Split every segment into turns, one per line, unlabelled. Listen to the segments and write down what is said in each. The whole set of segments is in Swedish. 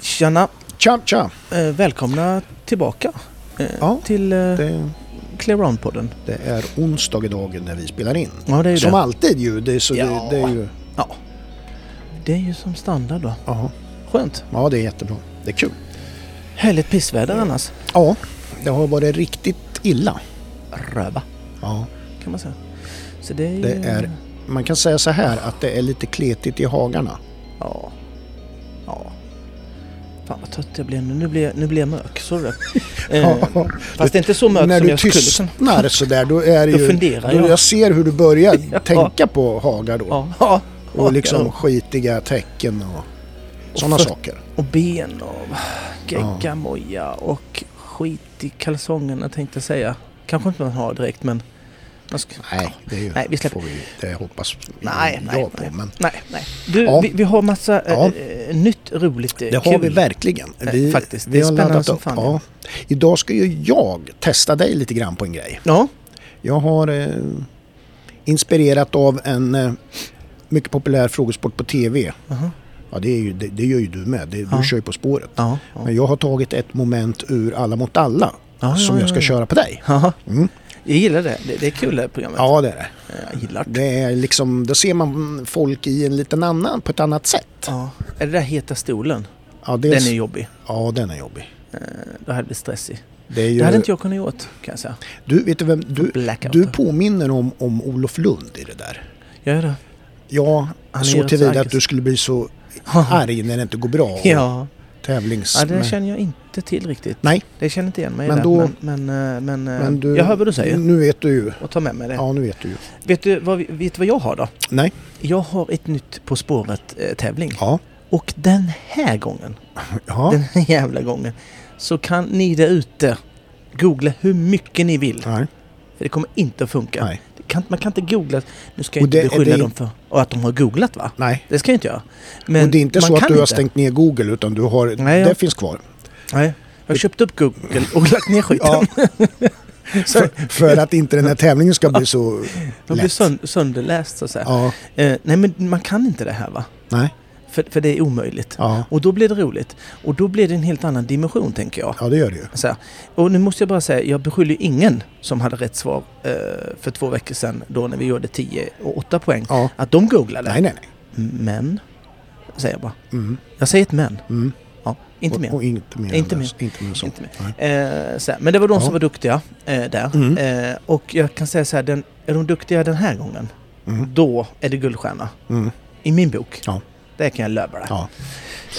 Tjena!
Tja, tja.
Eh, välkomna tillbaka eh,
Ja,
till eh,
Det,
Clear On-podden.
det är onsdag idag när vi spelar in.
Ja, det är ju
Som
det.
alltid ju. Det, är så
Ja.
det, det är ju
Ja. Det är ju som standard då.
aha.
Skönt.
ja, det är jättebra. Det är kul.
Härligt pissväder annars.
Ja, det har varit riktigt illa.
Röva,
Ja.
kan man säga. Så det är, ju-
Det är, man kan säga så här att det är lite kletigt i hagarna.
Ja. Ja. Fan vad trött jag blir nu. Nu blir jag, nu blir jag mörk. Sorry. Eh,
Ja.
fast det är inte så mörk
När
som
du
jag skulle kunna...
tystnar så där, då är det
Då
ju...
funderar
då
jag.
jag ser hur du börjar tänka på hagar då.
Ja. ja.
Och liksom
Ja.
skitiga tecken och sådana
för-
saker.
Och ben och geggamoja och skit i kalsongerna tänkte jag säga. Kanske inte man har direkt men... Man ska...
Nej, det är ju,
Nej, vi släpper-
får vi det hoppas
Nej,
jag
nej,
på.
nej.
Men
nej, nej. Du,
Ja.
vi, vi har massa eh,
Ja.
eh, nytt roligt eh,
Det
kul.
har vi verkligen.
Eh,
Vi,
faktiskt.
vi
Det är
har
spännande
laddat
som
upp.
fan.
Ja. Idag ska ju jag testa dig lite grann på en grej.
Ja,
Jag har eh, inspirerat av en eh, mycket populär frågesport på tv.
Aha.
Ja, det, är ju, det, det gör ju du med. Det,
Ja.
Du kör ju På spåret.
ja, ja.
Men jag har tagit ett moment ur Alla mot alla
Ah, Ja,
som
ja,
jag ska
ja, ja.
köra på dig.
Haha.
Mm.
Jag gillar det. Det, det är kul det här programmet.
Ja, det är det.
Eh, Jag gillar det.
det är liksom, då ser man folk i en liten annan, på ett annat sätt.
Ja. Är det där heta stolen?
Ja,
Den
dels,
är jobbig.
ja den är jobbig.
Eh, Då hade det blivit stressig.
Det är ju,
Det hade inte jag kunnat gjort kan jag säga.
Du, vet du vem? Du,
Blackout.
Du påminner om, om Olof Lund i det där.
Gör jag det?
Ja,
Han är
så
rätt
tillvida att
aggressiv.
du skulle bli så arg när det inte går bra. och
Ja.
Tävlings...
ja, det
men-
känner jag inte till riktigt.
Nej,
Det känner inte igen mig
Men
men,
då-
där, men, men, eh, men, eh,
men du...
jag hör vad du säger
Nu vet du ju.
och tar med mig det.
Ja, nu vet du ju.
Vet du vad, vi- vet du vad jag har då?
Nej.
Jag har ett nytt På spåret-tävling.
Ja.
Och den här gången,
Ja.
den här jävla gången, så kan ni där ute googla hur mycket ni vill.
Nej.
För det kommer inte att funka.
Nej.
Det Kan, man kan inte googla. Nu ska jag
Och
inte
det- är
beskylla
det-
dem för och att de har googlat va?
Nej.
Det ska jag inte göra. Men
och det är inte
man
så att
kan
du har
inte.
stängt ner Google utan du har...
Nej, ja.
det finns kvar.
Nej. Jag har köpt upp Google och lagt ner skiten.
Ja. för, för att inte den här tävlingen ska bli så
Jag blir
lätt.
sönd- sönderläst så att säga.
Ja.
Eh, nej men man kan inte det här va?
Nej.
För, för det är omöjligt.
Ja.
Och då blir det roligt. Och då blir det en helt annan dimension tänker jag.
Ja, det gör det ju.
Så här. Och nu måste jag bara säga, jag beskyller ju ingen som hade rätt svar eh, för två veckor sedan då när vi gjorde 10 och 8 poäng.
Ja.
Att de googlade.
Nej, nej, nej.
Men, säger jag bara.
Mm.
Jag säger ett men.
Mm.
Ja, inte
och,
mer.
Och inte mer.
Inte
än
mer.
så. Inte mer än så.
Inte mer.
Nej.
Eh, så här. Men det var de
Ja.
som var duktiga eh, där.
Mm.
Eh, och jag kan säga så här, den, är de duktiga den här gången,
Mm.
då är det guldstjärna.
Mm.
I min bok.
Ja.
Det kan jag lova dig.
Ja.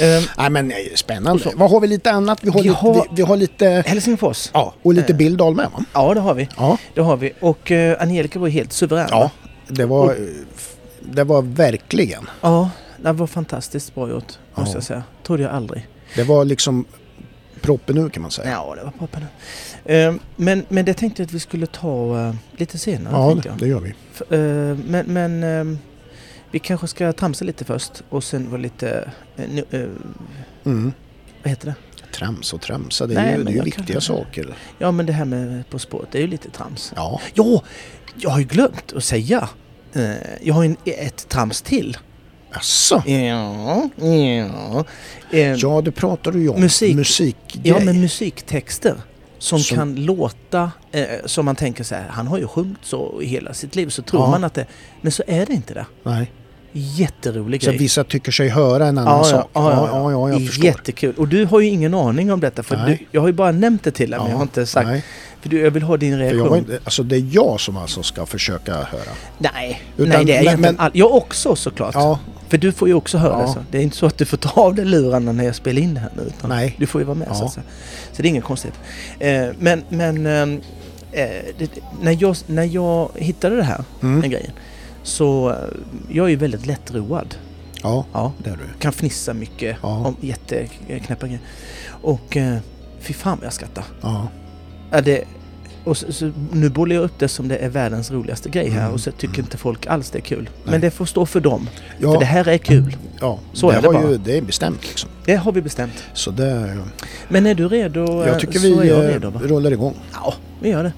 Eh,
Nej men eh, spännande.
Och så-
Vad har vi lite annat? Vi har,
Vi
lite,
har-
Vi, vi har lite...
Helsingfors.
Ja, och lite
Eh.
Bill Dahl med va?
Ja, det har vi.
Ja.
Det har vi. Och eh, Angelica var ju helt suverän.
Ja, det var, eh, f- det var verkligen.
Ja, det var fantastiskt bra gjort. Måste
Ja.
jag säga. Trodde jag aldrig.
Det var liksom proppen nu kan man säga.
Ja, det var proppen. Eh, men, men det tänkte jag att vi skulle ta eh, lite senare.
Ja,
tänkte
det,
jag.
det gör vi.
F- eh, men men eh, vi kanske ska tramsa lite först och sen vara lite... eh, nu- eh,
Mm.
vad heter det?
Trams och tramsa, det är
Nej,
ju,
men
det är ju
jag
viktiga
kan-
saker.
Ja, men det här med På spåret, det är ju lite trams.
Ja,
Ja, jag har ju glömt att säga. Eh, jag har ju en, ett trams till.
asså.
Eh, Ja, ja. Eh,
Ja, det pratar du ju om.
Musik.
Musikgrej.
Ja, men musiktexter som,
Som-
kan låta eh, som man tänker så här, han har ju sjungit så i hela sitt liv så tror
Ja.
man att det, men så är det inte det.
Nej.
Jätterolig
Så
grej.
vissa tycker sig höra en annan sak. ja, ja, jag förstår.
Jättekul. Och du har ju ingen aning om detta för
Nej.
du, jag har ju bara nämnt det till dig men jag har inte sagt,
Nej,
för du, jag vill ha din
för
reaktion.
jag var inte, alltså det är jag som alltså ska försöka höra.
Nej,
Utan-
nej det är
men-
egentligen
men-
all... Jag också såklart.
Ja,
För du får ju också höra
Ja.
det. Så. Det är inte så att du får ta av dig lurarna när jag spelar in det här nu. Utan
Nej.
Du får ju vara med. Så,
Ja.
att säga. så det är inget konstigt. Eh, men men ehm, eh, det, när, jag, när jag hittade det här, den
mm.
grejen, så eh, jag är ju väldigt lättroad.
ja
Ja,
det är du.
kan fnissa mycket
Ja.
om jätteknäppa grejer. Och eh, fy fan vad jag skrattar.
Ja.
Ja, det, och så, så, nu bollar jag upp det som det är världens roligaste grej här
Mm,
och så tycker
mm.
inte folk alls det är kul.
Nej.
Men det får stå för dem.
Ja, Mm.
För det här är kul.
ja.
så
det
är det
var
bara.
Ju, det är bestämt liksom.
Det har vi bestämt.
Så det,
Men är du redo? eh,
jag
så
tycker vi
är jag
eh,
redo. Va?
rullar igång.
Ja, vi gör det.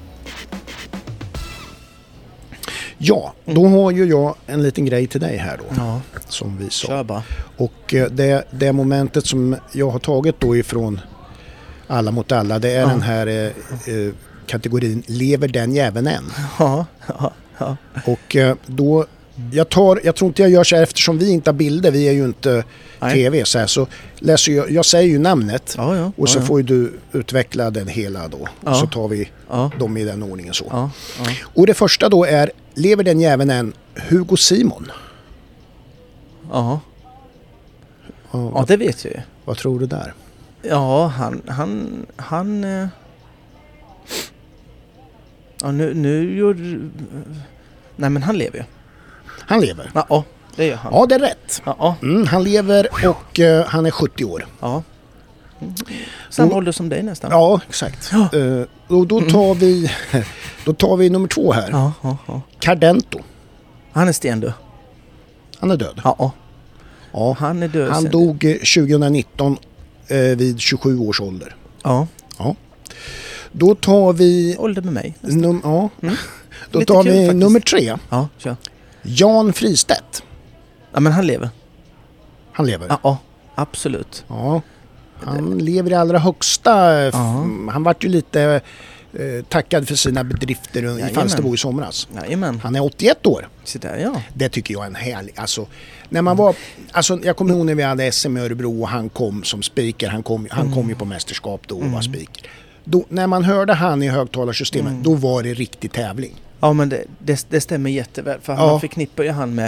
Ja,
Mm.
då har ju jag en liten grej till dig här då.
Ja,
Som vi sa.
Mm. kör bara.
Och eh, det, det momentet som jag har tagit då ifrån Alla mot alla, det är
Ja.
den här eh, eh, kategorin Lever den jäveln än?
Ja, ja, ja.
Och eh, då, jag, tar, jag tror inte jag gör så här eftersom vi inte har bilder, vi är ju inte
Nej.
tv så här. Så läser jag, jag säger ju namnet
ja, ja.
och så
ja,
får ju du utveckla den hela då.
Ja.
Och så tar vi
ja.
dem i den ordningen så.
Ja, ja.
Och det första då är, lever den jäveln än Hugo Simon?
Ja,
Ja,
ja
vad,
det vet jag ju.
vad tror du där?
Ja, han... Han... han eh, ja, nu, nu gjorde... Nej, men han lever ju.
Han lever.
Ja, Ja, det gör han.
Ja, det är rätt.
Ja, ja.
Mm, han lever och eh, han är 70 år.
ja. Samma
Och-
ålder som dig nästan.
Ja, exakt.
Ja. Mm.
Eh, och då tar vi, då tar vi nummer två här.
ja, ja, ja.
Cardento.
Han är stendöd.
Han är död.
Ja, ja.
Ja.
Han är död
Han
sen-
dog eh, 2019 eh, vid 27 års ålder.
Ja,
Ja. Då tar vi,
ålder med mig.
num- ja. Då
Mm. Lite
tar
kul
vi
faktiskt.
nummer tre.
Ja, kör.
Jan Fristedt.
Ja, men han lever.
Han lever.
Ja, ja. Absolut.
Ja. Han lever i allra högsta... eh, f-
Ja.
Han vart ju lite eh, tackad för sina bedrifter i
Jajamän.
Falsterbo i somras.
Jajamän.
Han är 81 år.
Se där, ja.
Det tycker jag är en härlig... Alltså, när man var, alltså, jag kommer ihåg när vi hade SM i Örebro och han kom som speaker. Han kom, han kom ju
Mm.
på mästerskap då och var speaker. Då, när man hörde han i högtalarsystemet,
Mm.
då var det riktig tävling.
Ja, men det, det, det stämmer jätteväl. För
Ja.
han förknippar ju han med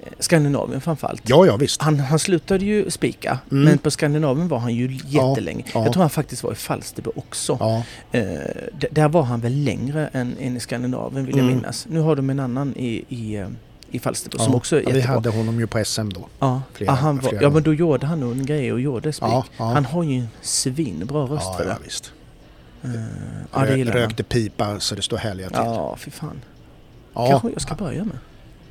eh, Skandinavien framförallt.
Ja, ja visst.
Han, han slutade ju spika,
Mm.
men på Skandinavien var han ju jättelänge.
ja.
Jag tror han faktiskt var i Falsterbo också.
Ja,
Eh, d- där var han väl längre än, än i Skandinavien vill
Mm.
jag minnas. Nu har de en annan i, i, eh, i Falsterbo som
ja.
också är
ja, vi
jättebra.
hade honom ju på SM då.
ja.
flera-
ja, han var,
flera
ja,
gånger.
men då gjorde han nog en grej och gjorde spik.
Ja, ja.
Han har ju en svinbra röst
ja,
för
ja,
det.
visst.
Ja, det
Rö-
gillar
Rökte pipa så det står härliga till.
han. Ja, fy fan.
ja.
Kanske jag ska börja med.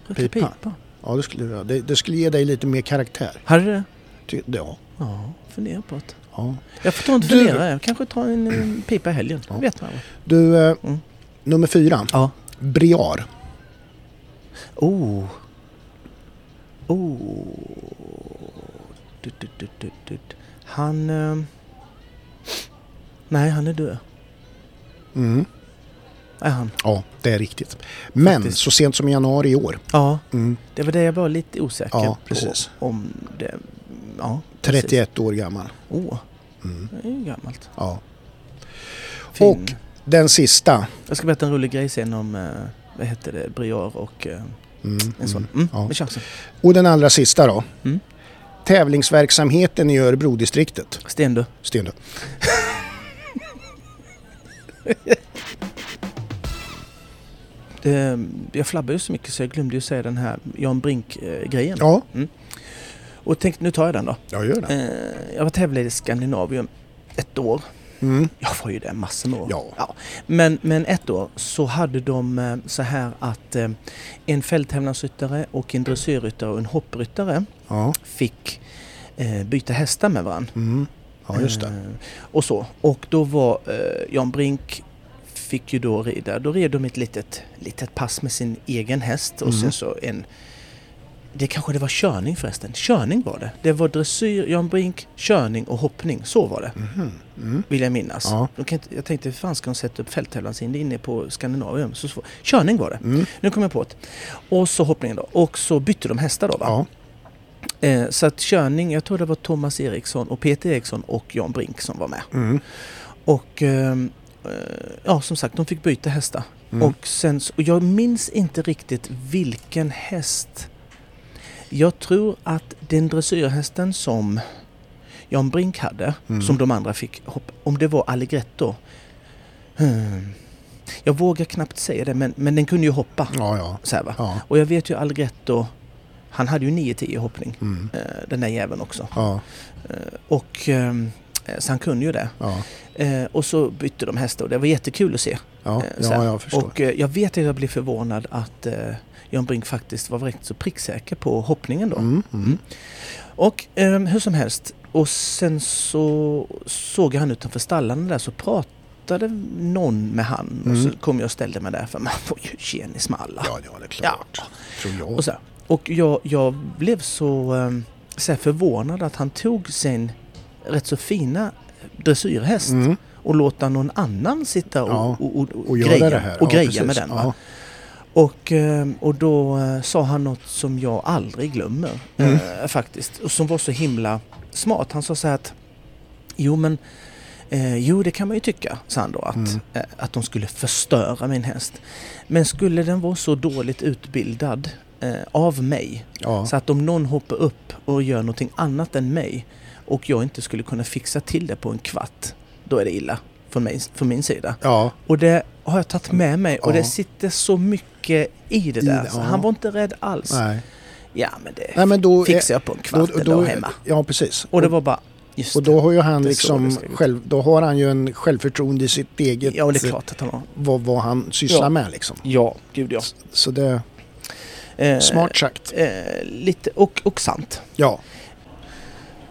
Röka
Pipa.
pipa.
ja det, skulle, du göra. det, det skulle ge dig lite mer karaktär.
Hade det?
Ty- Ja.
Ja, fundera på det.
ja.
Jag får ta en
Du-
fundera. Jag kanske tar en, en pipa i helgen.
Ja.
vet man.
Du, eh,
Mm.
nummer fyra.
Ja.
Briar.
Oh. Oh. Du, du, du, du, du. Han... ehm, Nej, han är död.
Mm.
Är han?
Ja, det är riktigt. Men
Faktiskt.
så sent som i januari i år.
Ja,
Mm.
det var det jag var lite osäker
Ja,
på.
precis.
Om det... Ja, precis.
31 år gammal.
Åh,
Mm.
det är ju gammalt.
Ja.
Fin.
Och- Den sista.
Jag ska berätta en rolig grej sen om... eh, Vad hette det? Briar och eh,
Mm.
en sån.
Mm.
Mm,
Ja.
Vi kör sen.
Och den allra sista då.
Mm.
Tävlingsverksamheten i Örebrodistriktet.
Sten du.
Sten du.
Eh, Jag flabbar ju så mycket så jag glömde ju säga den här Jan Brink-grejen.
Ja,
Och tänk, nu tar jag den då.
jag gör det.
Eh, Jag var tävlade i Skandinavien ett år.
Mm.
Jag var ju där massor med år.
Ja.
Men, men ett år så hade de eh, så här att eh, en fälttävlansryttare och en dressyrryttare och en hoppryttare
Ja.
fick eh, byta hästar med varandra.
Mm. ja, just det.
Eh, Och så. Och då var eh, Jan Brink fick ju då rida. Då red de ett litet, litet pass med sin egen häst och
Mm.
sen så en... Det kanske det var körning förresten. Körning var det. Det var dressyr, Jan Brink, körning och hoppning. Så var det,
Mhm. Mm.
vill jag minnas.
Ja.
De kan inte, jag tänkte, hur fan ska de sätta upp fälttävlansinne inne på Skandinavien? Så svår. Körning var det.
Mm.
Nu kom jag på det. Och så hoppningen då. Och så bytte de hästar då va?
Ja.
Eh, så att körning, jag tror det var Thomas Eriksson och Peter Eriksson och Jan Brink som var med.
Mm.
Och ehm, eh, ja, som sagt, de fick byta hästar.
Mm.
Och, sen, s- och jag minns inte riktigt vilken häst. Jag tror att den dressyrhästen som Jan Brink hade,
Mm.
som de andra fick hoppa, om det var Allegretto. Hmm. Jag vågar knappt säga det, men, men den kunde ju hoppa.
Ja, ja.
Så här, va?
Ja.
Och jag vet ju Allegretto, han hade ju 9-10 i hoppning,
Mm.
eh, den där jäveln också.
Ja,
Och, ehm, så han kunde ju det.
ja.
Eh, och så bytte de hästar och det var jättekul att se.
Ja,
Eh, så
ja,
här.
jag förstår.
Och eh, jag vet att jag blev förvånad att eh, Jan Brink faktiskt var rätt så pricksäker på hoppningen då.
Mm. Mm.
Och ehm, eh, hur som helst, och sen så såg jag han utanför stallarna där så pratade pratade någon med han och så kom jag och ställde mig där för man får ju tjenis med alla.
Mm. Ja, ja, det är klart. Tror jag.
Och, så, här. och jag, jag blev så, eh, så här förvånad att han tog sin rätt så fina dressyrhäst
Mm.
och låta någon annan sitta och,
Ja,
och, och, och,
Och göra
greja,
det här.
och
Ja,
greja
precis.
med den. Va?
Ja.
Och, eh, och då eh, sa han något som jag aldrig glömmer
Mm.
eh, faktiskt. Och som var så himla smart. Han sa så här att Jo men eh, Jo det kan man ju tycka, sa han då, att,
Mm.
eh, att de skulle förstöra min häst. Men skulle den vara så dåligt utbildad eh, av mig
Ja.
så att om någon hoppar upp och gör någonting annat än mig och jag inte skulle kunna fixa till det på en kvart, då är det illa från, mig, från min sida.
ja.
Och det har jag tagit med mig och
Ja.
det sitter så mycket i det där.
det,
Så
ja.
han var inte rädd alls.
Nej.
Ja men det
Nej, men då...
fixar jag på en kvart eller då, hemma.
Ja, precis.
Och det var bara, just
Och då har ju han
Det är så det
liksom
ser ut.
själv, då har han ju en självförtroende i sitt
det.
eget,
Ja det är klart att han har.
vad, vad han sysslar
Ja.
med liksom.
Ja, gud ja.
Så det,
Eh,
smart sagt.
Eh, lite, och, och sant.
Ja,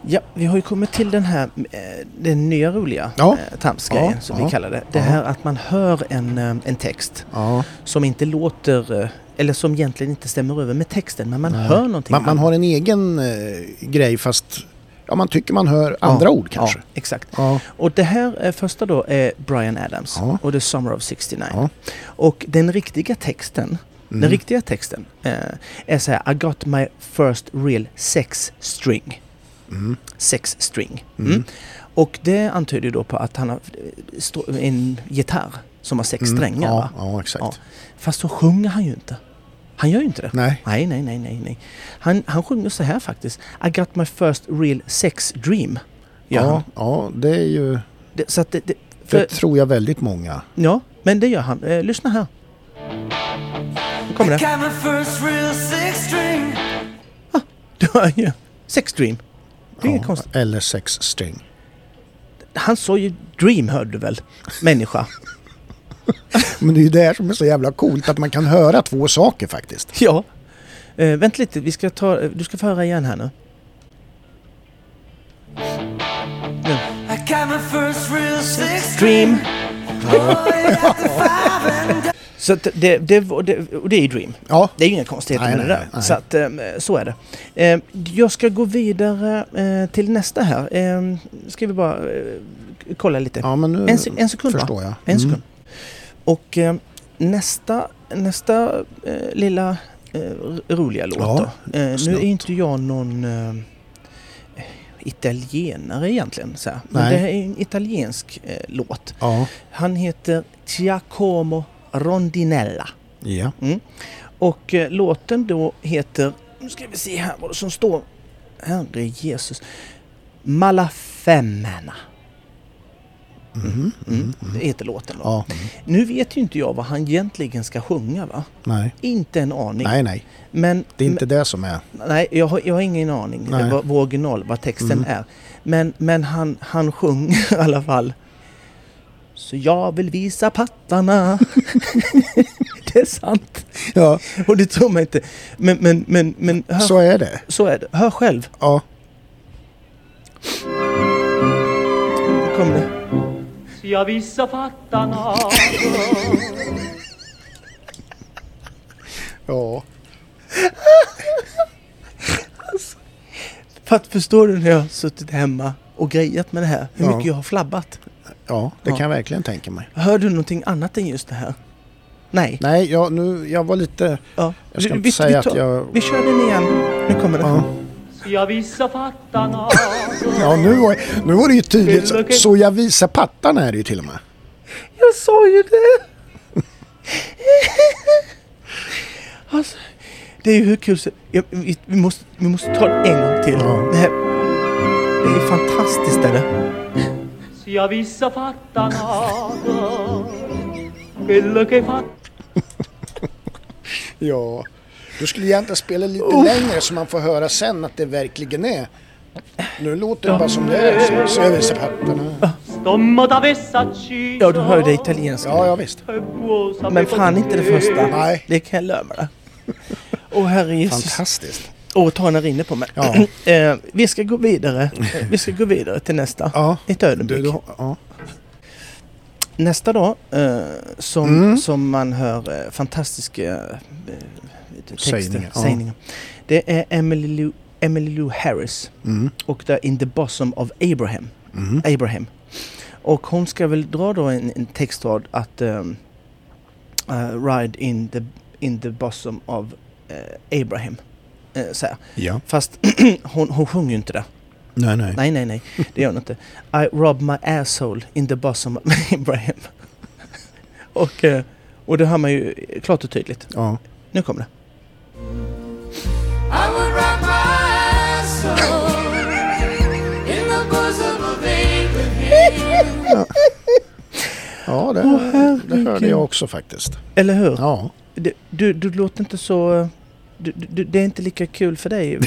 Ja, vi har ju kommit till den här, eh, den nya roliga
Ja.
eh, tramsgrejen
Ja,
som
ja,
vi kallar det. Det
ja.
här att man hör en, eh, en text
ja.
som inte låter, eh, eller som egentligen inte stämmer över med texten, men man
Nej.
hör någonting.
Man, man
annat.
har en egen eh, grej fast ja, man tycker man hör andra
Ja,
ord kanske.
Ja, exakt.
Ja.
Och det här eh, första då är Brian Adams
Ja.
och The Summer of 69.
Ja. Mm.
Och den riktiga texten, den riktiga texten eh, är så här I got my first real sex string.
Mm.
Sex string. Mm.
Mm.
Och det antyder ju då på att han har eh, stå- en gitarr som har sex
Mm.
strängar.
Ja,
va?
ja exakt.
Ja. Fast så sjunger han ju inte. Han gör ju inte det.
Nej.
Nej, nej, nej, nej. nej. Han, han sjunger så här faktiskt. I got my first real sex dream.
Ja,
Gör han.
ja, det är ju,
Det, så att det, det,
det
för,
tror jag väldigt många.
Ja, men det gör han. Eh, lyssna här. Nu kommer
I
det.
got my first real six string.
Du hör ju. Sex Dream. Det är inget
Ja,
konstigt.
eller sex string.
Han sa ju Dream hörde du väl? Människa.
Men det är ju det här som är så jävla coolt, att man kan höra två saker faktiskt.
ja. Eh, vänta lite, vi ska ta... eh, Du ska få höra igen här nu. nu.
I got my first real six
Dream.
Oh, yeah, the five and dime.
Så att det, det, var- det, och det är ju Dream.
Ja,
Det är ju inga konstigheter
Nej,
med det
nej,
där.
nej.
Så, att, eh, så är det. Eh, jag ska gå vidare eh, till nästa här. Eh, ska vi bara eh, kolla lite.
ja men nu
En, se- en sekund va?
förstår jag. Mm.
En sekund. Och eh, nästa, nästa eh, lilla eh, r- roliga låt
Ja,
då. Eh, nu
snabbt.
är ju inte jag någon eh, italienare egentligen. Så här. Men
Nej.
det här är en italiensk eh, låt.
Ja,
Han heter Giacomo Rondinella.
ja.
Och eh, låten då heter, nu ska vi se här vad det som står. Herre Jesus. Malafemmena.
Mm-hmm,
Mm. Det heter låten då.
ja.
Nu vet ju inte jag vad han egentligen ska sjunga va?
Nej.
Inte en aning.
nej, nej.
Men,
Det är inte det som är...
men, nej jag, har, jag har ingen aning
Nej. Mm.
vad, vad original, vad texten är. Men, men han, han sjunger i alla fall. Så jag vill visa pattarna. det är sant.
Ja,
Och det tror man inte. Men, men, men, men hör,
så
så.
är det.
är det. Hör själv.
Ja.
Nu Kommer det.
Så jag visar fattarna
Ja.
För att förstår du när jag har suttit hemma och grejat med det här. Hur
Ja.
mycket jag har flabbat.
Ja, det
Ja.
kan jag verkligen tänka mig.
Hör du någonting annat än just det här? Nej.
Nej, jag, nu, jag var lite...
Ja.
Jag ska
Vi-
inte
vi-
säga
vi tar-
att jag-
Vi kör den igen. Nu kommer den.
Ja,
Så jag visar fattarna
ja nu, var, nu var det ju tydligt. Så, så jag visar pattarna är det ju till och med.
Jag sa ju det! alltså, det är ju hur kul som... Ja, vi, vi, måste, vi måste ta det en gång till.
Ja.
Det, här, det är fantastiskt är det.
Så jag visar fattarna Quello che fa
Ja. Du skulle egentligen spela lite längre så man får höra sen att det verkligen är. Nu låter det bara som det är. Så, så jag visar pattarna.
Stommo t'avesse acciso
Ja, du hör ju det italienska.
Ja, ja visst.
E può sapere
Men fan inte det första.
Nej.
Det kan jag lova dig. Åh herre Jesus.
Fantastiskt.
Åh, tårna rinner på mig.
Ja.
eh, vi ska gå vidare. Vi ska gå vidare till nästa.
Ja.
Ett ögonblick.
Du, du, har- ja.
Nästa dag, eh, som, som man hör eh, fantastiska eh, texter,
Sägningar,
sägningar.
ja.
Det är Emily Lou, Emily Lou Harris
Mm.
och det är In the Bosom of Abraham. Abraham. Och hon ska väl dra då en, en textrad att ehm, eh, Ride in the, in the bosom of eh, Abraham. Eh, så här.
Ja.
Fast hon, hon sjunger ju inte det.
Nej, nej.
Nej, nej, nej. Det gör hon inte. I rob my asshole in the bosom of Abraham. och, eh, och det hör man ju klart och tydligt.
Ja.
Nu kommer det.
I would rock my asshole in the bosom of Abraham.
Ja, det, det hörde jag också faktiskt.
Eller hur?
Ja.
Du, du, du låter inte så... eh, Du, du, det är inte lika kul för dig.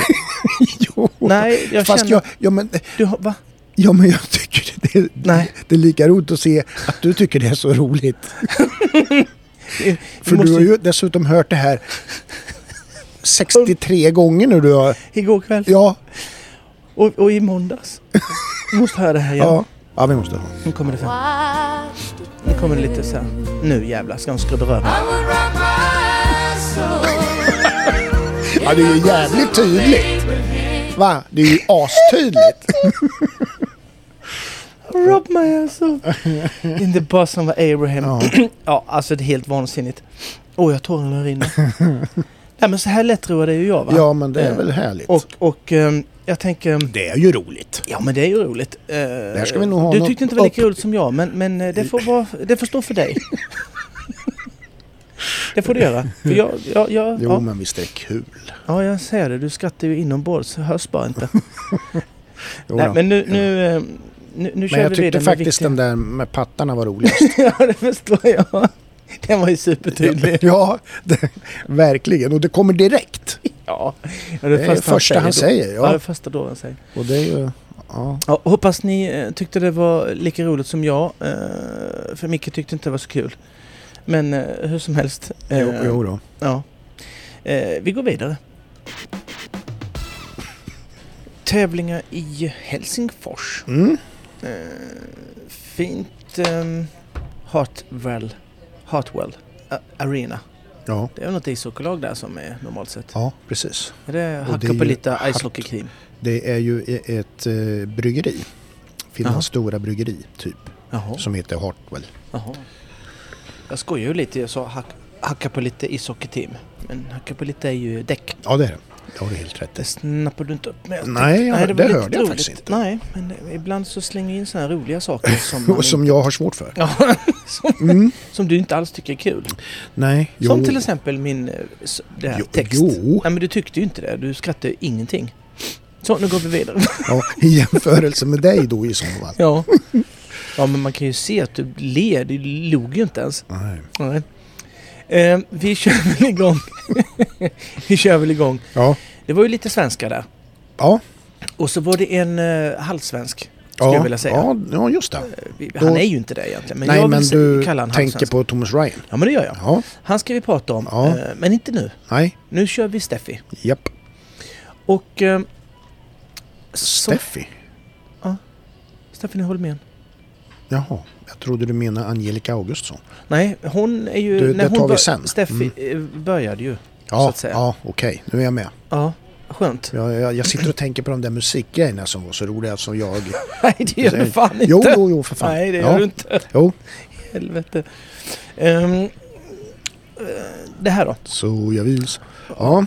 Jo.
Nej, jag
Fast
känner...
jag, ja, men,
Du har, va?
ja, men jag tycker det är,
Nej.
det är lika roligt att se att du tycker det är så roligt.
Vi
För
måste,
du har ju dessutom hört det här 63 gånger nu du har...
Igår kväll
Ja,
och, och i måndags. Vi måste höra det här igen.
ja. Ja, vi måste ha.
Nu kommer det fram. Nu kommer det lite så här. Nu jävlar ska hon skrubba röven.
I would rock my asshole
Ja, det är ju jävligt tydligt. Va? Det är ju astydligt.
Rob my ass off. In the bosom of Abraham. Ja. alltså det är helt vansinnigt. Åh, jag tårarna rinner. Nej, men så här lätt roar det ju jag va?
Ja, men det är väl härligt.
Och, och ehm, jag tänker... ehm,
det är ju roligt.
Ja men det är ju roligt. Eh,
här ska vi nog ha
du
något
tyckte inte det var lika
upp-
roligt som jag men, men eh, det, får vara, det får stå för dig. det får du göra. För jag, jag, jag,
Jo,
ja,
men visst är det kul.
ja jag säger det, du skrattar ju inombords, det hörs bara inte.
Jo,
Nej,
då.
men nu, nu, eh, nu, nu
men
kör
jag
vi
tyckte
vidare
faktiskt den
med
där med pattarna var roligast.
viktiga... Ja det förstår jag. Den var ju supertydlig.
ja, det, verkligen. Och det kommer direkt.
Ja. det,
är det första han
då.
säger.
Ja. det
Ja.
första då han säger.
Och det är ju... Ja.
Ja, hoppas ni eh, tyckte det var lika roligt som jag. Eh, för Micke tyckte inte det var så kul. Men eh, hur som helst. Eh,
Jo, jo då.
Ja. Eh, vi går vidare. Tävlingar i Helsingfors.
Mm.
Eh, fint eh, Hartwell, Hartwell A- Arena.
Ja.
Det är väl något ishockeylag där som är normalt sett.
ja, precis.
Är det
Och det är ju
Hakkapeliitta
Hart-
ishockeykrim?
Det är ju e- ett eh, bryggeri. Finlands
Jaha.
stora bryggeri, typ.
Jaha.
Som heter Hartwell.
Jaha. Jag skojar ju lite. Jag sa hack, hacka på lite ishockeyteam. Men hacka på lite är ju däck.
Ja, det är det. Det har du helt rätt i.
Det snappar du inte upp med. Jag
Nej,
tyckte-
jag-
var
det
lite
hörde jag faktiskt inte.
Nej, men det- ibland så slänger jag in sådana roliga saker som, man
Och som
inte,
jag har svårt för.
ja, som, som du inte alls tycker är kul.
Nej, jo.
Som till exempel min eh, s- det här
Jo,
text.
jo.
Nej, men du tyckte ju inte det. Du skrattade ju ingenting. Så, nu går vi vidare.
Ja, I jämförelse med dig då i så fall.
ja. ja, men man kan ju se att du ler. Du log ju inte ens.
Nej.
Nej. Eh, vi kör väl igång. vi kör väl igång.
Ja.
Det var ju lite svenska där.
Ja.
Och så var det en eh, halvsvensk, skulle
Ja.
jag vilja säga.
ja, ja, just det.
Vi- Han
då-
är ju inte det egentligen, men
Nej,
jag
men
vill
du
kalla han
tänker
halvsvensk.
på Thomas Ryan.
Ja, men det gör jag.
Ja,
Han ska vi prata om,
Ja.
eh, men inte nu.
nej,
Nu kör vi Steffi.
japp.
Och... Eh, som-
Steffi.
Steffi Holmén.
Jaha, jag trodde du menade Angelica Augustsson.
Nej, hon är ju...
Du,
när
det
hon
tar vi
bör-
sen. Mm.
Steffi eh, började ju, så
Ja,
att säga. Ja.
ja okej, nu är jag med.
skönt.
Jag, jag, jag sitter och tänker på de där musikgrejerna som var så roliga som jag...
Nej, det gör du fan inte.
Jo, jo, jo, för fan.
Nej, det
ja.
gör du inte.
Jo,
Helvete. Ehm, eh, det här då,
så jag vis. Ja,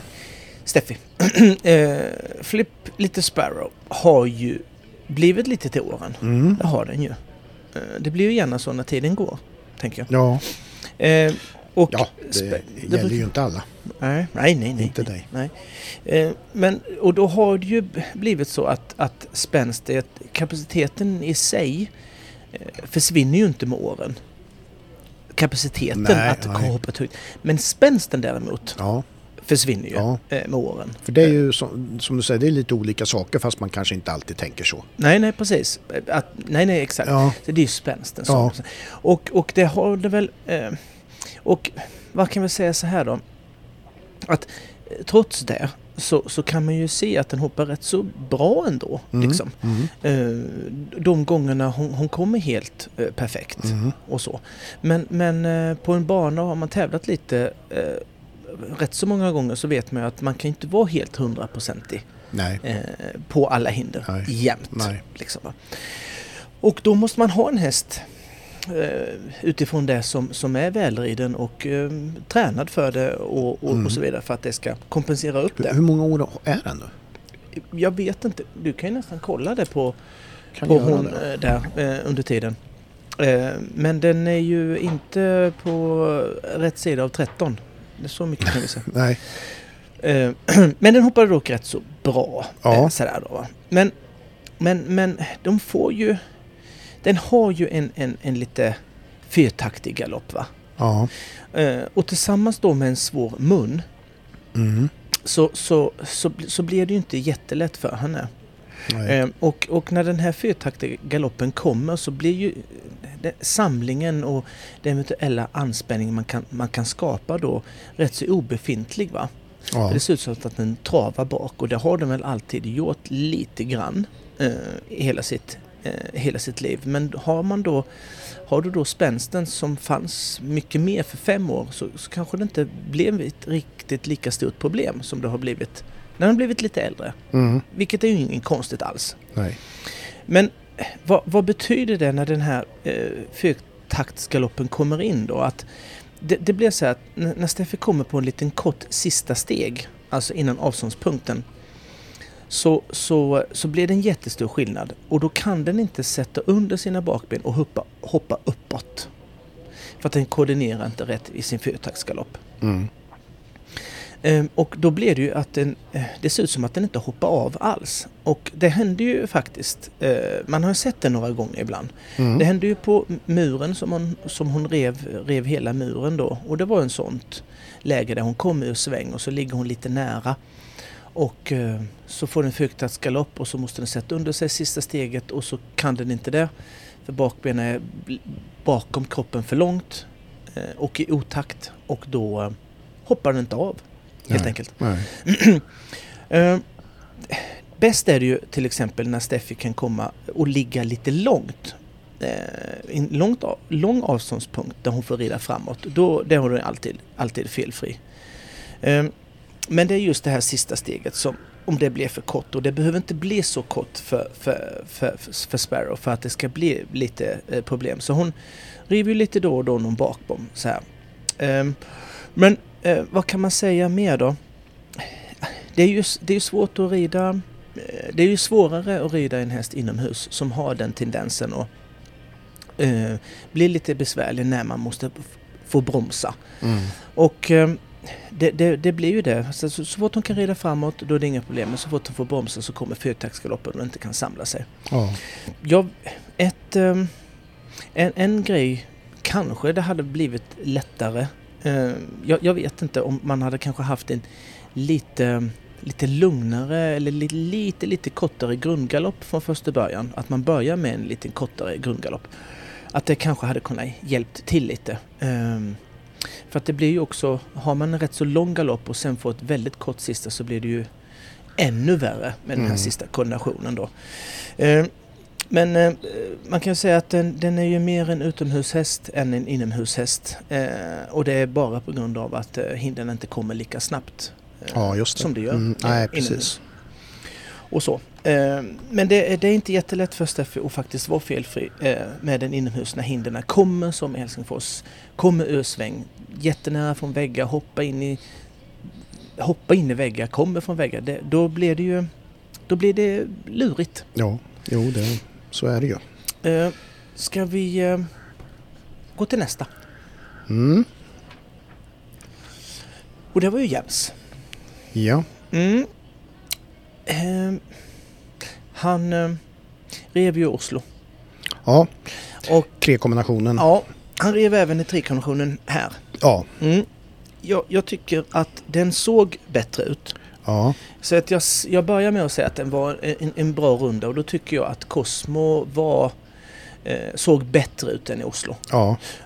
Steffi. uh, Flip Little Sparrow har ju blivit lite till åren.
mm.
Det har den ju. Eh, det blir ju gärna så när tiden går, tänker jag.
ja,
Eh, och
ja det
spe-
gäller ju inte alla.
Nej, nej, nej. nej
Inte
nej,
dig.
Nej. Eh, men, och då har det ju b- blivit så att, att spänst, är att kapaciteten i sig eh, försvinner ju inte med åren. Kapaciteten
Nej,
att
nej.
hoppa ut. Men spänsten däremot
Ja,
försvinner ju
Ja.
eh, med åren.
för det är ju som, som du säger, det är lite olika saker fast man kanske inte alltid tänker så.
Nej, nej, precis. Eh, Att, nej, nej, exakt.
Ja,
Så det är ju spänsten.
Ja.
som Och, och det har det väl... Eh, och vad kan vi säga så här då? Att eh, trots det så, så kan man ju se att den hoppar rätt så bra ändå.
Mm,
Liksom. Eh, de gångerna hon, hon kommer helt eh, perfekt.
Mm.
Och så. Men, men eh, på en bana har man tävlat lite eh, rätt så många gånger så vet man ju att man kan inte vara helt hundraprocentig
Nej.
eh, på alla hinder
Nej.
jämt.
Nej.
Liksom, va? Och då måste man ha en häst eh, utifrån det som, som är välriden och eh, tränad för det och, och,
Mm.
och så vidare för att det ska kompensera upp
Hur,
det.
hur många år är den nu?
Jag vet inte, du kan ju nästan kolla det på,
Kan
på
jag göra
hon
det?
eh, där eh, under tiden. Eh, men den är ju inte på rätt sida av 13. Det är så mycket kan vi säga.
Nej.
Eh, men den hoppade dock rätt så bra.
Ja.
eh, Sådär då. va. Men, men, men de får ju... Den har ju en, en, en lite fyrtaktig galopp va.
Ja.
Eh, och tillsammans då med en svår mun
Mm.
så, så, så, så blir det ju inte jättelätt för henne.
Nej.
Eh, och, och när den här fyrtaktiga galoppen kommer så blir ju det, samlingen och den eventuella anspänningen man kan, man kan skapa då rätt så obefintlig va.
ja.
Det ser ut som att den travar bak och det har den väl alltid gjort lite grann eh, i hela sitt, eh, hela sitt liv. Men har, man då, har du då spänsten som fanns mycket mer för fem år så, så kanske det inte blev ett riktigt lika stort problem som det har blivit när den blivit lite äldre.
Mm.
Vilket är ju inget konstigt alls.
Nej.
Men eh, vad, vad betyder det när den här eh, fyrtaktsgaloppen kommer in då? Att det, det blir så här att n- när Steffi kommer på en liten kort sista steg, alltså innan avståndspunkten, så, så, så blir det en jättestor skillnad och då kan den inte sätta under sina bakben och hoppa, hoppa uppåt. För att den koordinerar inte rätt i sin fyrtaktsgalopp.
Mm.
Ehm, Och då blir det ju att den, eh, det ser ut som att den inte hoppar av alls. Och det händer ju faktiskt, eh, man har sett det några gånger ibland. Det hände ju på m- muren som hon, som hon rev, rev hela muren då. Och det var en sånt läge där hon kommer ur sväng och så ligger hon lite nära. Och eh, så får den fyrtaktsgalopp och så måste den sätta under sig sista steget och så kan den inte det. För bakbenen är bl- bakom kroppen för långt eh, och i otakt och då eh, hoppar den inte av helt
Nej.
enkelt.
Nej.
Eh, Bäst är det ju till exempel när Steffi kan komma och ligga lite långt. Eh, en långt av, lång avståndspunkt där hon får rida framåt. Då, det har hon alltid, alltid felfri. Eh, men det är just det här sista steget som om det blir för kort och det behöver inte bli så kort för, för, för, för, för Sparrow för att det ska bli lite eh, problem. Så hon river ju lite då och då någon bakbom så här. Eh, men eh, vad kan man säga mer då? Det är ju det är ju svårt att rida. eh, Det är ju svårare att rida en häst inomhus som har den tendensen att eh, bli lite besvärlig när man måste f- få bromsa.
Mm.
Och eh, det, det, det blir ju det. Så, så, så fort hon kan rida framåt då är det inga problem. Men så fort hon får bromsa så kommer fyrtaktsgaloppen och inte kan samla sig.
Ja.
Ja, ett, ehm, en, en grej kanske det hade blivit lättare. Eh, jag, jag vet inte om man hade kanske haft en lite, lite lugnare eller li, lite, lite kortare grundgalopp från första början. Att man börjar med en lite kortare grundgalopp. Att det kanske hade kunnat hjälpt till lite. Ehm, för att det blir ju också, har man en rätt så lång galopp och sen får ett väldigt kort sista så blir det ju ännu värre med den här
Mm.
sista koordinationen då. Ehm, men eh, man kan ju säga att den, den är ju mer en utomhushäst än en inomhushäst. Eh, och det är bara på grund av att eh, hindren inte kommer lika snabbt eh,
ja, just det.
som det gör
Mm.
eh,
Nej,
inomhus.
precis.
Och så. Eh, men det, är- det är inte jättelätt för Steffi att faktiskt vara felfri eh, med den inomhus när hindren kommer som i Helsingfors, kommer ur sväng, jättenära från väggar, hoppa in i, hoppa in i väggar, kommer från väggar. Det, då blir det ju då blir det lurigt.
Ja, jo, det, så är det ju.
Eh, ska vi eh, gå till nästa?
Mm.
Och det var ju Jens.
Ja.
Mm. Eh, han eh, rev ju Oslo.
ja,
Och
trekombinationen. Ja.
ja, han rev även i trekonventionen här.
Ja.
Mm. Jag, jag tycker att den såg bättre ut.
ja,
Så att jag, s- jag börjar med att säga att den var en, en bra runda och då tycker jag att Cosmo var, eh, såg bättre ut än i Oslo.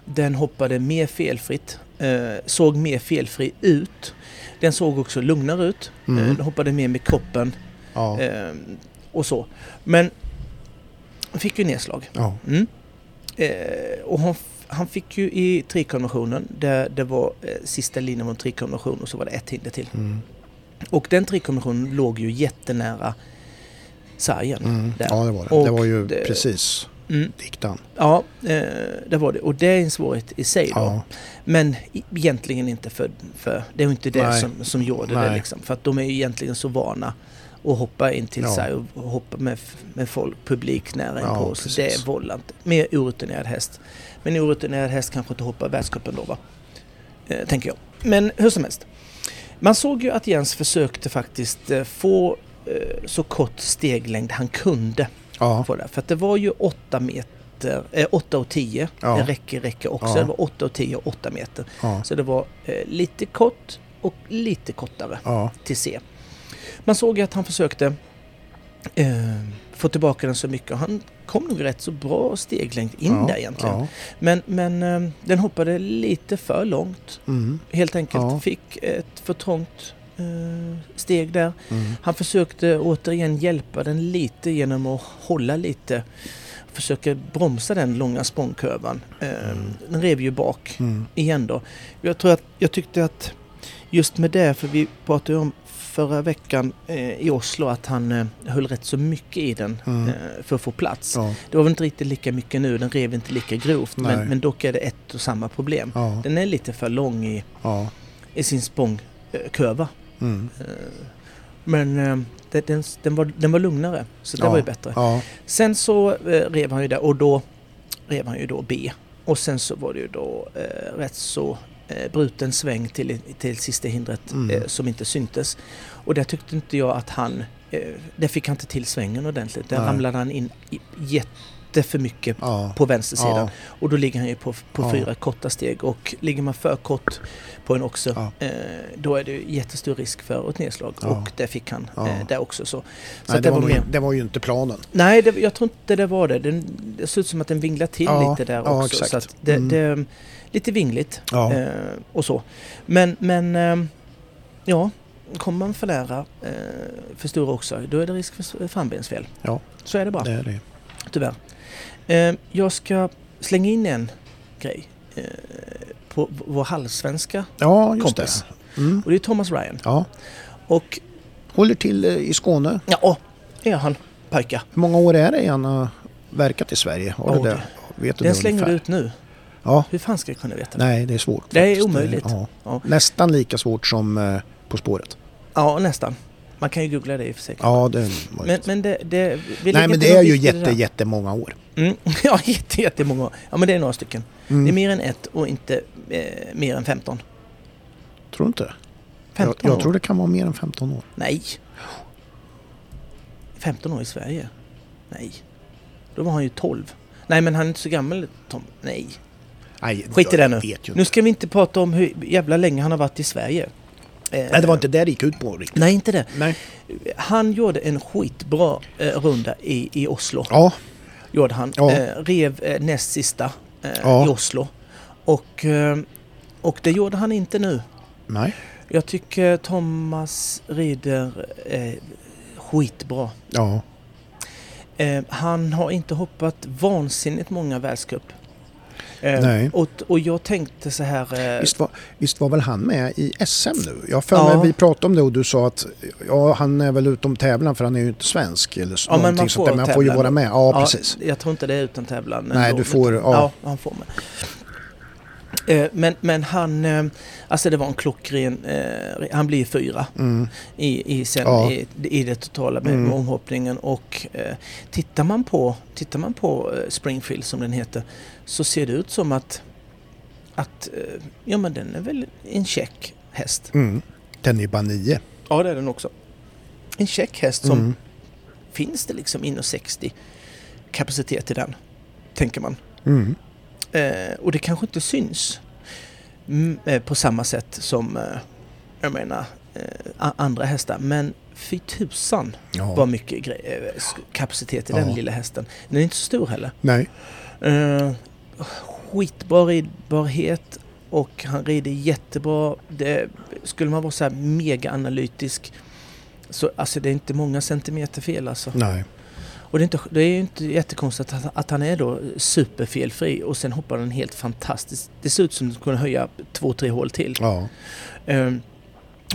Den hoppade mer felfritt eh, såg mer felfri ut. Den såg också lugnare ut.
Mm.
Eh, den hoppade mer med kroppen
Ja.
eh, och så. Men fick ju nedslag.
Ja.
Mm. Eh, och hon, f- han fick ju i trikonventionen, där det var eh, sista linjen var en trikonvention och så var det ett hinder till.
Mm.
Och den trikonventionen låg ju jättenära sargen.
Mm.
Där.
ja, det var det.
Och
Det var ju
det-
precis
Mm.
diktan.
Ja, eh, det var det. Och det är en svårighet i sig då.
Ja.
Men e- egentligen inte för, för det är ju inte det
Nej.
som, som gjorde det
Nej.
liksom. För att de är ju egentligen så vana att hoppa in till
Ja.
sig och hoppa med, f- med folk, publik nära
Ja,
inpå. så
precis.
det vållar inte. Mer orutinerad häst. Men orutinerad häst kanske inte hoppar världscupen då va? Eh, tänker jag. Men hur som helst. Man såg ju att Jens försökte faktiskt eh, få eh, så kort steglängd han kunde
Ja.
på det. För att det var ju 8 meter, eh, 8 och 10.
Ja.
Det räcker, räcker också.
Ja.
Det var 8 och 10 och 8 meter.
Ja.
Så det var eh, lite kort och lite kortare
Ja.
till C. Man såg ju att han försökte eh, få tillbaka den så mycket och han kom nog rätt så bra steglängd in
ja.
där egentligen.
Ja.
Men, men eh, den hoppade lite för långt
Mm.
helt enkelt.
Ja.
Fick ett för trångt eh, steg där.
Mm.
Han försökte återigen hjälpa den lite genom att hålla lite. Försöka bromsa den långa språngkurvan. Eh, Den rev ju bak
Mm.
igen då. Jag, tror att, jag tyckte att just med det, för vi pratade ju om förra veckan eh, i Oslo att han eh, höll rätt så mycket i den
Mm.
eh, för att få plats.
Ja.
Det var väl inte riktigt lika mycket nu, den rev inte lika grovt.
Nej.
Men, men dock är det ett och samma problem.
Ja.
Den är lite för lång i,
Ja.
i sin språngkurva.
Mm.
Men eh, det- den, den, var, den var lugnare, så det
ja.
var ju bättre.
Ja.
Sen så eh, rev han ju där och då rev han ju då B. Och sen så var det ju då eh, rätt så eh, bruten sväng till, till sista hindret
Mm.
eh, som inte syntes. Och där tyckte inte jag att han, eh, där fick han inte till svängen ordentligt. Där
Nej.
ramlade han in i- jätte för mycket
Ja.
på vänstersidan.
Ja.
Och då ligger han ju på, på
Ja.
fyra korta steg och ligger man för kort på en också
Ja.
eh, då är det ju jättestor risk för ett nedslag
Ja.
och det fick han
Ja.
eh, där också. Så, så
Nej,
att
det, var nog,
mer-
det var ju inte planen.
Nej, det, jag tror inte det var det. Den, det såg ut som att den vinglade till
Ja,
lite där
ja,
också.
exakt.
Så att det,
Mm.
det, lite vingligt
Ja.
eh, och så. Men, men eh, ja, kommer man för nära eh, för stora också, då är det risk för s- frambensfel.
Ja.
Så är det bara,
Det är det.
tyvärr. Eh, jag ska slänga in en grej eh, på v- vår halvsvenska
Ja, just
Kompis.
det. Mm.
och det är Thomas Ryan.
Ja.
Och
Håller till eh, i Skåne.
ja, är han pojkar.
Hur många år är det han har verkat i Sverige? Har
Ja,
du
det-
det? Vet du
Den
det
slänger du
ungefär?
ut nu.
Ja.
Hur fan ska jag kunna veta det?
Nej, det är svårt.
Det är
faktiskt.
omöjligt.
Ja.
Ja.
Nästan lika svårt som eh, På spåret.
Ja, nästan. Man kan ju googla det i och för sig.
Ja, det är
Men,
möjligt.
men det, det, vi lägger
Nej, men
inte
det
någon
är ju
vikt vid
jätte,
det där.
jättemånga år.
Mm. Ja, jätte, jättemånga. Ja, men det är några stycken.
Mm.
Det är mer än ett och inte eh, mer än 15.
Tror du inte?
15
jag,
år?
jag tror det kan vara mer än 15 år.
Nej. 15 år i Sverige? Nej. Då var han ju 12. Nej, men han är inte så gammal, Tom. Nej.
Nej,
Skit i
jag
det nu.
Vet ju
Nu
inte.
ska vi inte prata om hur jävla länge han har varit i Sverige. Eh,
Nej, det var inte det det gick ut på riktigt.
Nej, inte det.
Nej.
Han gjorde en skitbra eh, runda i, i Oslo.
Ja,
gjorde han.
Ja.
Eh, rev eh, näst sista eh,
Ja.
i Oslo. Och, eh, och det gjorde han inte nu.
nej.
Jag tycker Thomas rider eh, skitbra.
Ja,
Eh, han har inte hoppat vansinnigt många världscup. Eh,
Nej.
Och, och jag tänkte så här... Eh,
Visst var, visst var väl han med i SM nu? Jag har för mig
Ja.
vi pratade om det och du sa att ja, han är väl utom tävlan för han är ju inte svensk eller så,
Ja, men
någonting
man
sånt där.
får
Men han får ju
tävla.
vara med. Ja, precis.
Jag tror inte det är utan tävlan.
Nej,
ändå,
du får-
men-
ja.
ja, han får med. Eh, Men, men han, eh, alltså det var en klockren, eh, han blir fyra i, i, sen,
Mm. Ja. Mm.
i, i det totala med med omhoppningen. Och eh, tittar man på, tittar man på eh, Springfield som den heter så ser det ut som att, att eh, ja men den är väl en tjeck häst.
Mm. Den är ju bara nio.
Ja det är den också. En tjeck häst som
Mm.
finns det liksom inom 60 kapacitet i den, tänker man.
Mm.
Eh, och det kanske inte syns mm, eh, på samma sätt som, eh, jag menar, eh, a- andra hästar. Men fy tusan
Ja.
vad mycket gre- eh, s- kapacitet i den
Ja.
lilla hästen. Den är inte så stor heller.
Nej.
Eh, skitbra ridbarhet, och han rider jättebra. Det, skulle man vara så här mega analytisk så alltså det är inte många centimeter fel alltså.
Nej.
Och det är, inte, det är ju inte jättekonstigt att, att han är då superfelfri och sen hoppar han helt fantastiskt. Det ser ut som att kunna höja två, tre hål till.
Ja.
Ehm,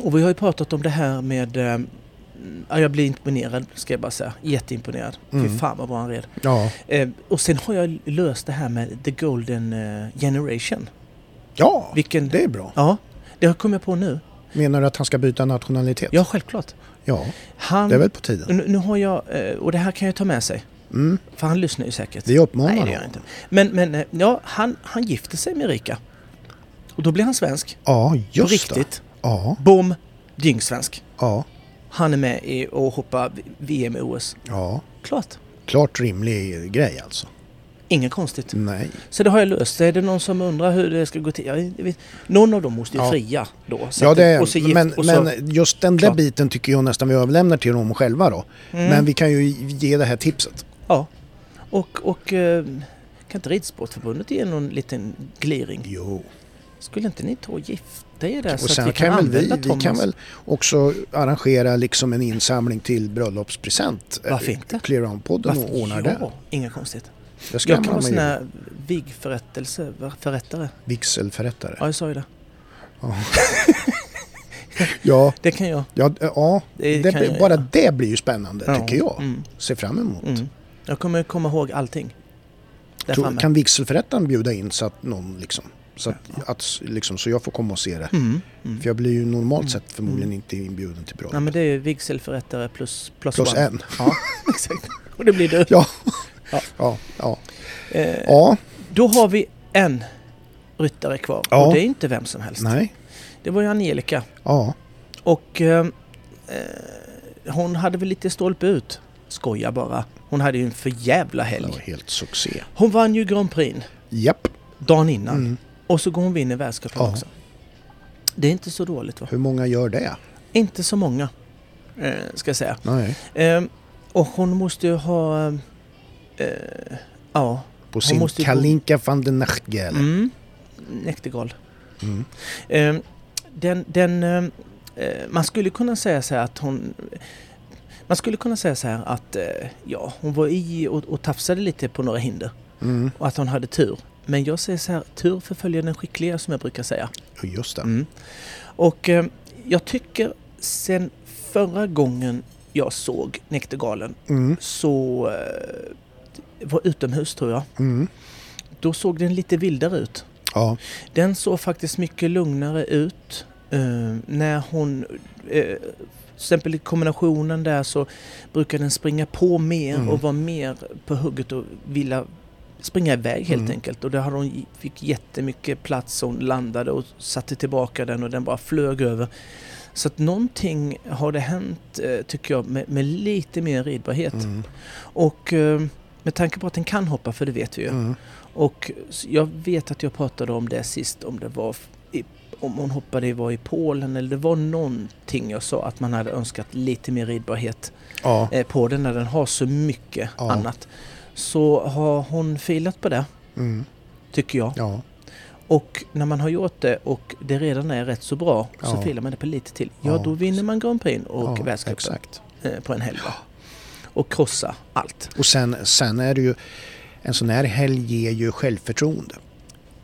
och vi har ju pratat om det här med... ehm, ja, jag blir imponerad ska jag bara säga. Jätteimponerad. Fy fan vad bra han red.
Ja.
Ehm, och sen har jag löst det här med the golden eh, generation.
Ja,
Vilken-
det är bra.
Ja, det har kommit på nu.
Menar du att han ska byta nationalitet?
Ja, självklart.
Ja,
Han,
det är väl på tiden.
nu, nu har jag... eh, och det här kan jag ta med sig.
Mm.
För han lyssnar ju säkert.
Vi uppmanar
Nej, det gör jag inte. Men, men eh, ja, han, han gifter sig med Erika. Och då blir han svensk.
Ja, just
riktigt.
det. Ja,
Bom! Dyngsvensk.
ja,
Han är med i och hoppar VM och OS.
ja.
Klart.
Klart rimlig grej alltså.
Inget konstigt.
Nej.
Så det har jag löst. Är det någon som undrar hur det ska gå till? Jag vet. Någon av dem måste ju
Ja.
fria då. Så
Ja,
att-
det är,
och så gift,
men,
och så,
men just den där
Klart.
biten tycker jag nästan vi överlämnar till dem själva då.
Mm.
Men vi kan ju ge det här tipset.
Ja. Och, och eh, kan inte Ridsportförbundet ge någon liten gliring?
Jo.
Skulle inte ni ta och gifta er där
Och
så Alltså, att vi kan,
sen kan väl vi,
använda
vi
Thomas?
kan väl också arrangera liksom en insamling till bröllopspresent. eh,
Varför inte?
Clear On-podden
Varför?
och ordnar
ja,
det.
inget konstigt.
Det ska
Jag kan vara
man väl
sån
göra.
här vigförrättelse, va- förrättare.
Vigselförrättare.
Ja, jag sa ju det.
Ja,
Det kan jag.
ja, ja
Det
det,
kan jag
bara
göra.
det blir ju spännande
Ja,
tycker jag.
mm.
Ser fram emot.
Mm. Jag kommer komma ihåg allting. Där
Tror-
framme.
kan vigselförrättaren bjuda in så att någon liksom, så, att, att, liksom, så jag får komma och se det?
Mm. Mm.
För jag blir ju normalt sett förmodligen inte inbjuden till bröllop.
Ja, men det är ju vigselförrättare plus plus,
Plus
one.
en.
Ja, exakt. Och det blir du.
Ja.
Ja.
Ja. Ja, ja.
Eh,
ja,
Då har vi en ryttare kvar.
Ja.
Och det är inte vem som helst.
nej.
Det var ju Angelica.
Ja,
Och eh, eh, hon hade väl lite stolpe ut. Skoja bara. Hon hade ju en för jävla
det var
helg.
helt succé.
Hon vann ju Grand Prix
Japp.
dagen innan.
Mm.
Och så går hon och vinner världscupen
Ja.
också. Det är inte så dåligt va?
Hur många gör det?
Inte så många. Eh, ska jag säga.
Nej.
Ehm, och hon måste ju ha... ehm, Eh, ja.
På sin
måste ju gå-
Kalinka van den Nachtgel.
Mm. Näktergal.
Mm.
Ehm, den... den ehm, eh, man skulle kunna säga så här att hon... Man skulle kunna säga så här att eh, ja, hon var i och, och tafsade lite på några hinder.
Mm.
Och att hon hade tur. Men jag säger så här, tur förföljer den skickliga som jag brukar säga.
Ja, Just det.
Mm. Och eh, jag tycker sen förra gången jag såg Näktergalen
Mm.
så eh, var utomhus tror jag.
Mm.
Då såg den lite vildare ut.
Ja.
Den såg faktiskt mycket lugnare ut. eh, när hon, eh, till exempel i kombinationen där så brukar den springa på mer
Mm.
och vara mer på hugget och vilja springa iväg helt
Mm.
enkelt. Och där hade hon, fick jättemycket plats och hon landade och satte tillbaka den och den bara flög över. Så att någonting har det hänt eh, tycker jag med, med lite mer ridbarhet.
Mm.
Och eh, med tanke på att den kan hoppa, för det vet vi ju.
Mm.
Och s- jag vet att jag pratade om det sist, om det var f- i, om hon hoppade i- var i Polen eller det var någonting jag sa att man hade önskat lite mer ridbarhet
Ja.
eh, på den när den har så mycket
Ja.
annat. Så har hon filat på det,
Mm.
tycker jag.
Ja.
Och när man har gjort det och det redan är rätt så bra så
Ja.
filar man det på lite till. Ja,
Ja,
då vinner man Grand Prix och
ja.
världscupen
Exakt.
eh, på en helg. va? Och krossa allt.
Och sen, sen är det ju, en sån här helg ger ju självförtroende.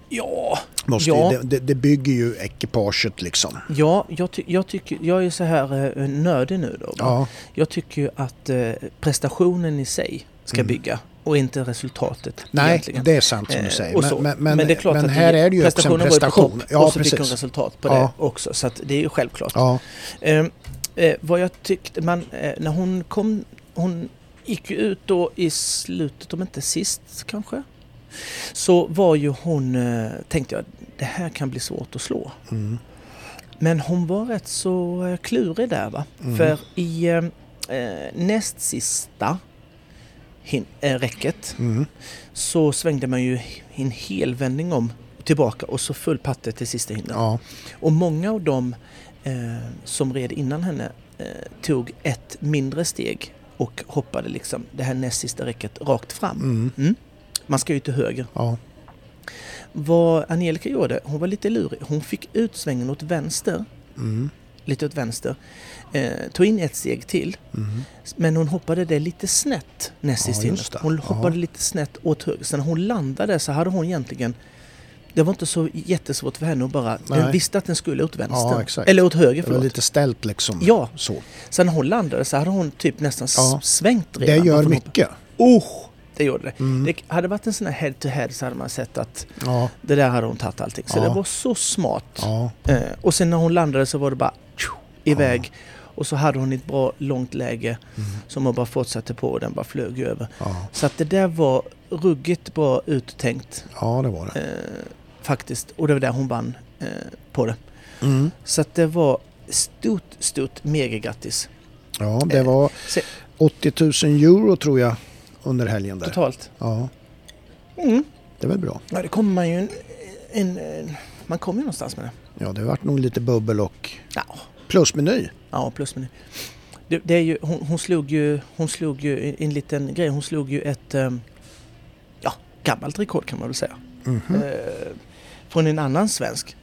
Ja,
Måste
Ja.
ju, det- det, det bygger ju ekipaget liksom.
Ja, jag, ty- jag, tycker, jag är så här eh, nördig nu då. va?
Ja,
Jag tycker ju att eh, prestationen i sig ska bygga och inte resultatet
Mm. nej,
egentligen.
det är sant som
Eh,
du säger.
och så.
Men, men, men, men,
det är klart att
här
det-
är det ju också
prestationen
en
var ju
prestation.
på topp
Ja,
och så fick hon
precis.
resultat på
Ja.
det också. Så att det är ju självklart.
Ja,
Eh, eh, vad jag tyckte man, eh, när hon kom, hon gick ju ut då i slutet, om inte sist kanske, så var ju hon, eh, tänkte jag, det här kan bli svårt att slå.
mm,
Men hon var rätt så eh, klurig där va.
Mm.
För i eh, eh, näst sista hin- eh, räcket
mm,
så svängde man ju he- en hel vändning om och tillbaka och så full patte till sista hindret.
ja,
Och många av dem eh, som red innan henne eh, tog ett mindre steg och hoppade liksom det här näst sista räcket rakt fram.
mm,
Man ska ju till höger.
ja,
Vad Angelica gjorde, hon var lite lurig. Hon fick ut svängen åt vänster.
Mm.
Lite åt vänster. Eh, tog in ett steg till. Men hon hoppade det lite snett näst
Mm. Ja,
sist in.
just det.
Hon hoppade
Ja.
lite snett åt höger. Sen när hon landade så hade hon egentligen det var inte så jättesvårt för henne att bara... Den
Nej.
visste att den skulle åt vänster.
Ja, exakt.
Eller åt höger,
Det var
förlåt.
lite ställt liksom.
Ja.
Så.
Sen när hon landade så hade hon typ nästan s-
Ja.
svängt
Det
redan.
gör Mm.
varför hon
mycket.
hoppade. Oh, det gjorde det. Det hade varit en sån här head to head så hade man sett att
Ja.
det där hade hon tagit allting. Så
Ja.
det var så smart.
Ja.
Eh, och sen när hon landade så var det bara tju, iväg. Och så hade hon ett bra långt läge som hon bara fortsatte på och den bara flög över.
Ja.
Så att det där var ruggigt bra uttänkt eh,
ja, det var det.
faktiskt. Och det var där hon vann eh, på det.
Mm.
Så att det var stort, stort megagrattis.
Ja, det var
Eh, Se-
80 000 euro tror jag under helgen där.
Totalt.
Ja,
Mm.
det var bra.
Ja, det kommer man ju en, en, en... Man kommer ju någonstans med det.
Ja, det vart nog lite bubbel och
Ja,
plusmeny.
ja plus men... Det, det är ju, hon, hon slog ju, hon slog ju en- en liten grej. Hon slog ju ett ehm, ja, gammalt rekord kan man väl säga. Eh, från en annan svensk.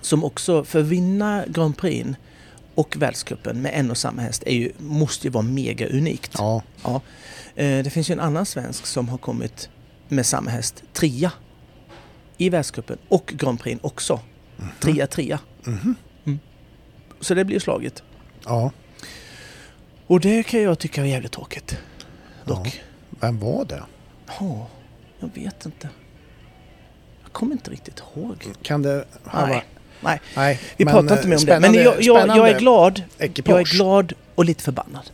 Som också, för att vinna Grand Prix och världscupen med en och samma häst är ju, måste ju vara mega unikt.
Ja,
Ja. Eh, Det finns ju en annan svensk som har kommit med samma häst, trea, i världscupen och Grand Prix också. Trea, trea. Mm. Så det blir slaget.
ja.
Och det kan jag tycka är jävligt tråkigt. Dock.
Vem var det?
Ja, jag vet inte. Jag kommer inte riktigt ihåg.
Kan det... ha
Nej.
varit-
Nej.
Nej.
Vi
men,
pratar inte
eh,
mer om det. Men
spännande-
jag, jag, jag
spännande
är glad. Jag är
Ekipage.
glad och lite förbannad.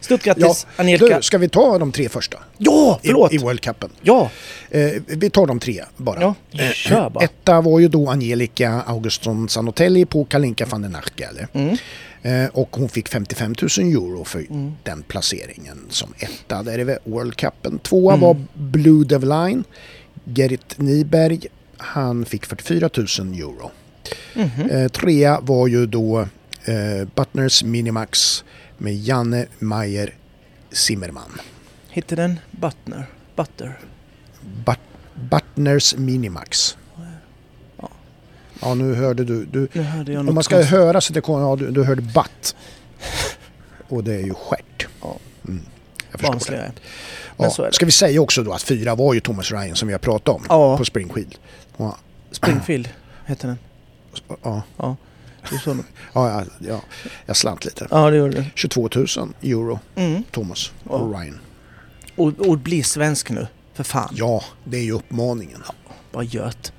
Stort
Ja,
grattis Angelica.
du, ska vi ta de tre första?
Ja, förlåt!
I, i World Cupen.
Ja,
Eh, vi tar de tre bara. Eh,
ja. kör bara.
Etta var ju då Angelica Augustsson Sanotelli på Kalinka van den Arke,
Mm.
eh, Och hon fick 55 000 euro för den placeringen som etta. Där är väl World Cupen. Tvåa
Mm.
var Blue Devil Line, Gerrit Nyberg. Han fick 44 000 euro.
Mhm.
Eh, trea var ju då eh, Buttners Minimax med Janne Meyer Zimmerman.
Hittade den Butner. Butter.
But Buttners Minimax. Ja, nu hörde du. du
Nu hörde jag
om man
något
ska
konstigt.
höra så det kommer, ja, du, du hörde butt. Och det är ju stjärt.
Ja.
Mm. Jag förstår det.
Barnsligare. Men så är
Ja.
det.
Ska vi säga också då att fyra var ju Thomas Ryan som vi har pratat om
Ja.
på Springfield. Ja,
Springfield heter den.
ja,
Ja, du såg den.
ja, ja, ja. jag slant lite.
Ja, det gjorde du.
22 000 euro,
Mm.
Thomas
Ja.
och Ryan.
Och, och bli svensk nu. För fan.
Ja, det är ju uppmaningen.
Vad gött.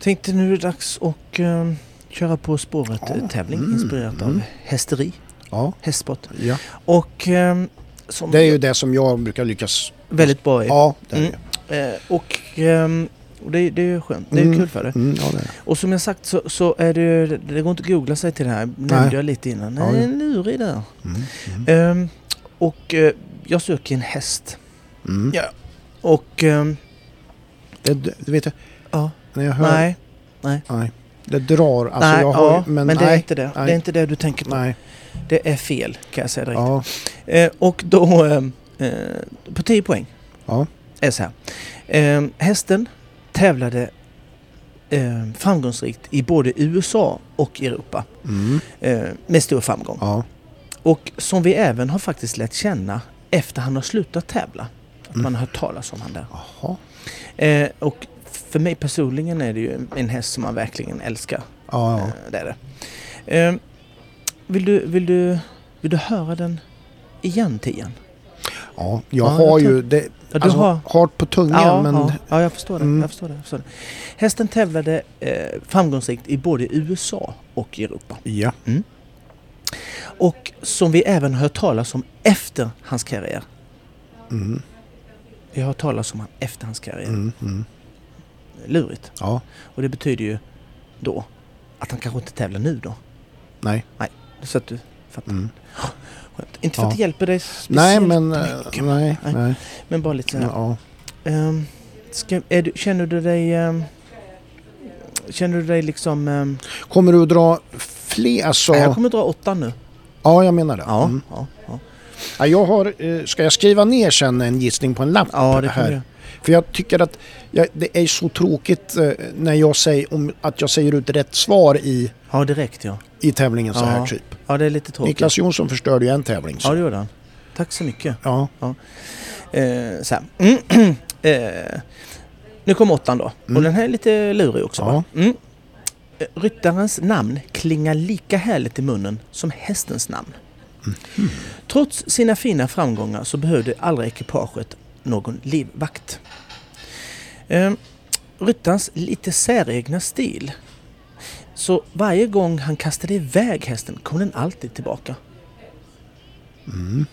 Tänkte nu är det dags att eh, köra På spåret-tävling
Mm.
inspirerat av hästeri,
Ja.
hästsport.
ja.
Och ehm, som
Det är ju det som jag brukar lyckas...
väldigt bra är.
Ja, det är
Mm.
det.
Eh, och ehm, och det, det är ju skönt. Det är
Mm.
kul för det.
Mm, ja, det är det.
Och som jag sagt så, så är det ju- det går inte att googla sig till det här, nämnde jag lite innan.
Ja,
Nej,
ja.
en lurig där.
Mm, mm.
Ehm, och eh, jag söker en häst.
Mm.
Ja. Och, ehm,
Det, det vet jag,
ja,
när jag hör...
nej,
nej. Det drar. Alltså
nej,
jag har,
ja, men, det är
nej,
inte det. Det
nej.
är inte det du tänker på.
Nej.
Det är fel, kan jag säga direkt.
Ja.
Eh, och då, ehm, eh, på 10 poäng,
Ja.
är så här. Ehm, hästen tävlade eh, framgångsrikt i både USA och Europa.
Mm.
Eh, med stor framgång.
Ja.
Och som vi även har faktiskt lärt känna efter han har slutat tävla. Att
Mm.
man har hört talas om han där.
Jaha.
Eh, och för mig personligen är det ju en- en häst som man verkligen älskar.
Ja,
Eh,
ja.
det är det. Eh, vill, du, vill, du, vill du höra den igen, Tian?
ja. Jag
Ja,
har
jag tror-
ju det.
Ja, du
alltså,
har-
Hart på tungan
ja,
men...
ja, ja, jag förstår det.
Mm.
Jag förstår det, jag förstår det. Hästen tävlade eh, framgångsrikt i både USA och Europa.
Ja.
Och som vi även har hört talas om efter hans karriär.
Mm.
Vi har hört talas om han efter hans karriär.
Mm. Mm.
Lurigt.
Ja.
Och det betyder ju då att han kanske inte tävlar nu då.
Nej.
Så att du fattar.
Mm.
Skönt. Inte för att
Ja.
det hjälper dig
Nej
speciellt
men... eh,
mycket,
Nej.
Nej.
Nej.
men bara lite sådär.
Ja.
Ehm, ska, är du, känner du dig... ehm, känner du dig liksom... ehm,
Kommer du att dra fler? Alltså...
nej, jag kommer dra åttan nu.
Ja, jag menar det.
Ja,
Mm.
ja, ja.
Ja, jag har, eh, ska jag skriva ner sen en gissning på en lapp
Ja, det kan du
här?
göra.
För jag tycker att jag, det är så tråkigt eh, när jag säger, om, att jag säger ut rätt svar i,
Ja, direkt ja.
i tävlingen så här
Ja.
typ.
Ja, det är lite tråkigt.
Niklas Jonsson förstörde ju en tävling. Så.
Ja, det gjorde han. Tack så mycket.
Ja.
Eh, så här. eh, nu kommer åttan då. Och den här är lite lurig också.
Ja.
va? Mm. Eh, Ryttarens namn klingar lika härligt i munnen som hästens namn. Mhm. Trots sina fina framgångar så behövde aldrig ekipaget någon livvakt. Eh, ryttarens lite säregna stil. Så varje gång han kastade iväg hästen kom den alltid tillbaka. Mm,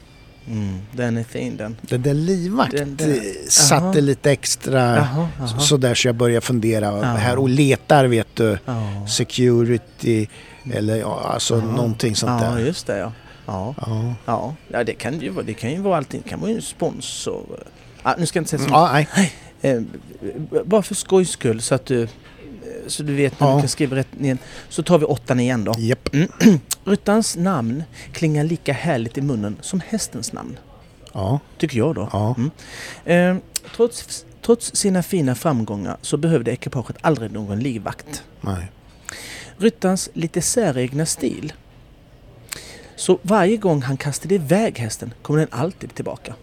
den är fin den.
Den där livvakt
Den där.
eh, satte
Aha.
lite extra
Jaha,
så-
jaha.
sådär så jag började fundera här och letar vet du.
Ja.
Security eller ja, alltså någonting sånt
Ja,
där.
just det ja. Ja,
Ja.
ja. ja det, kan ju, vara- det kan ju vara allting. Det kan vara ju en sponsor. Ah, nu ska jag inte säga så
Ja, nej. Mm.
Eh, b- bara för skojs skull så att du, eh, så du vet när
Ja.
du kan skriva rätt ner. Så tar vi åttan igen då.
Japp.
Ryttarens namn klingar lika härligt i munnen som hästens namn.
Ja.
Tycker jag då.
Ja.
Mm. Eh, trots, trots sina fina framgångar så behövde ekipaget aldrig någon livvakt.
Nej.
Ryttarens lite säregna stil. Så varje gång han kastade iväg hästen kom den alltid tillbaka.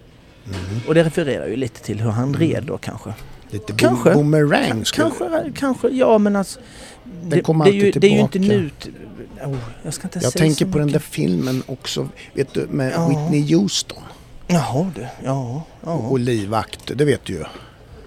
Mm.
Och det refererar ju lite till hur han red då kanske.
Lite
Kanske.
boom, boomerang. skulle-
Kanske, kanske, ja men alltså. Det,
kommer
det, är ju,
alltid
det är ju inte
tillbaka.
nu... Oh, jag ska inte
Jag
säga
tänker
så
på den där
mycket.
filmen också, vet du, med
Ja.
Whitney Houston
Jaha du, ja. Ja.
och livvakt, det vet du ju.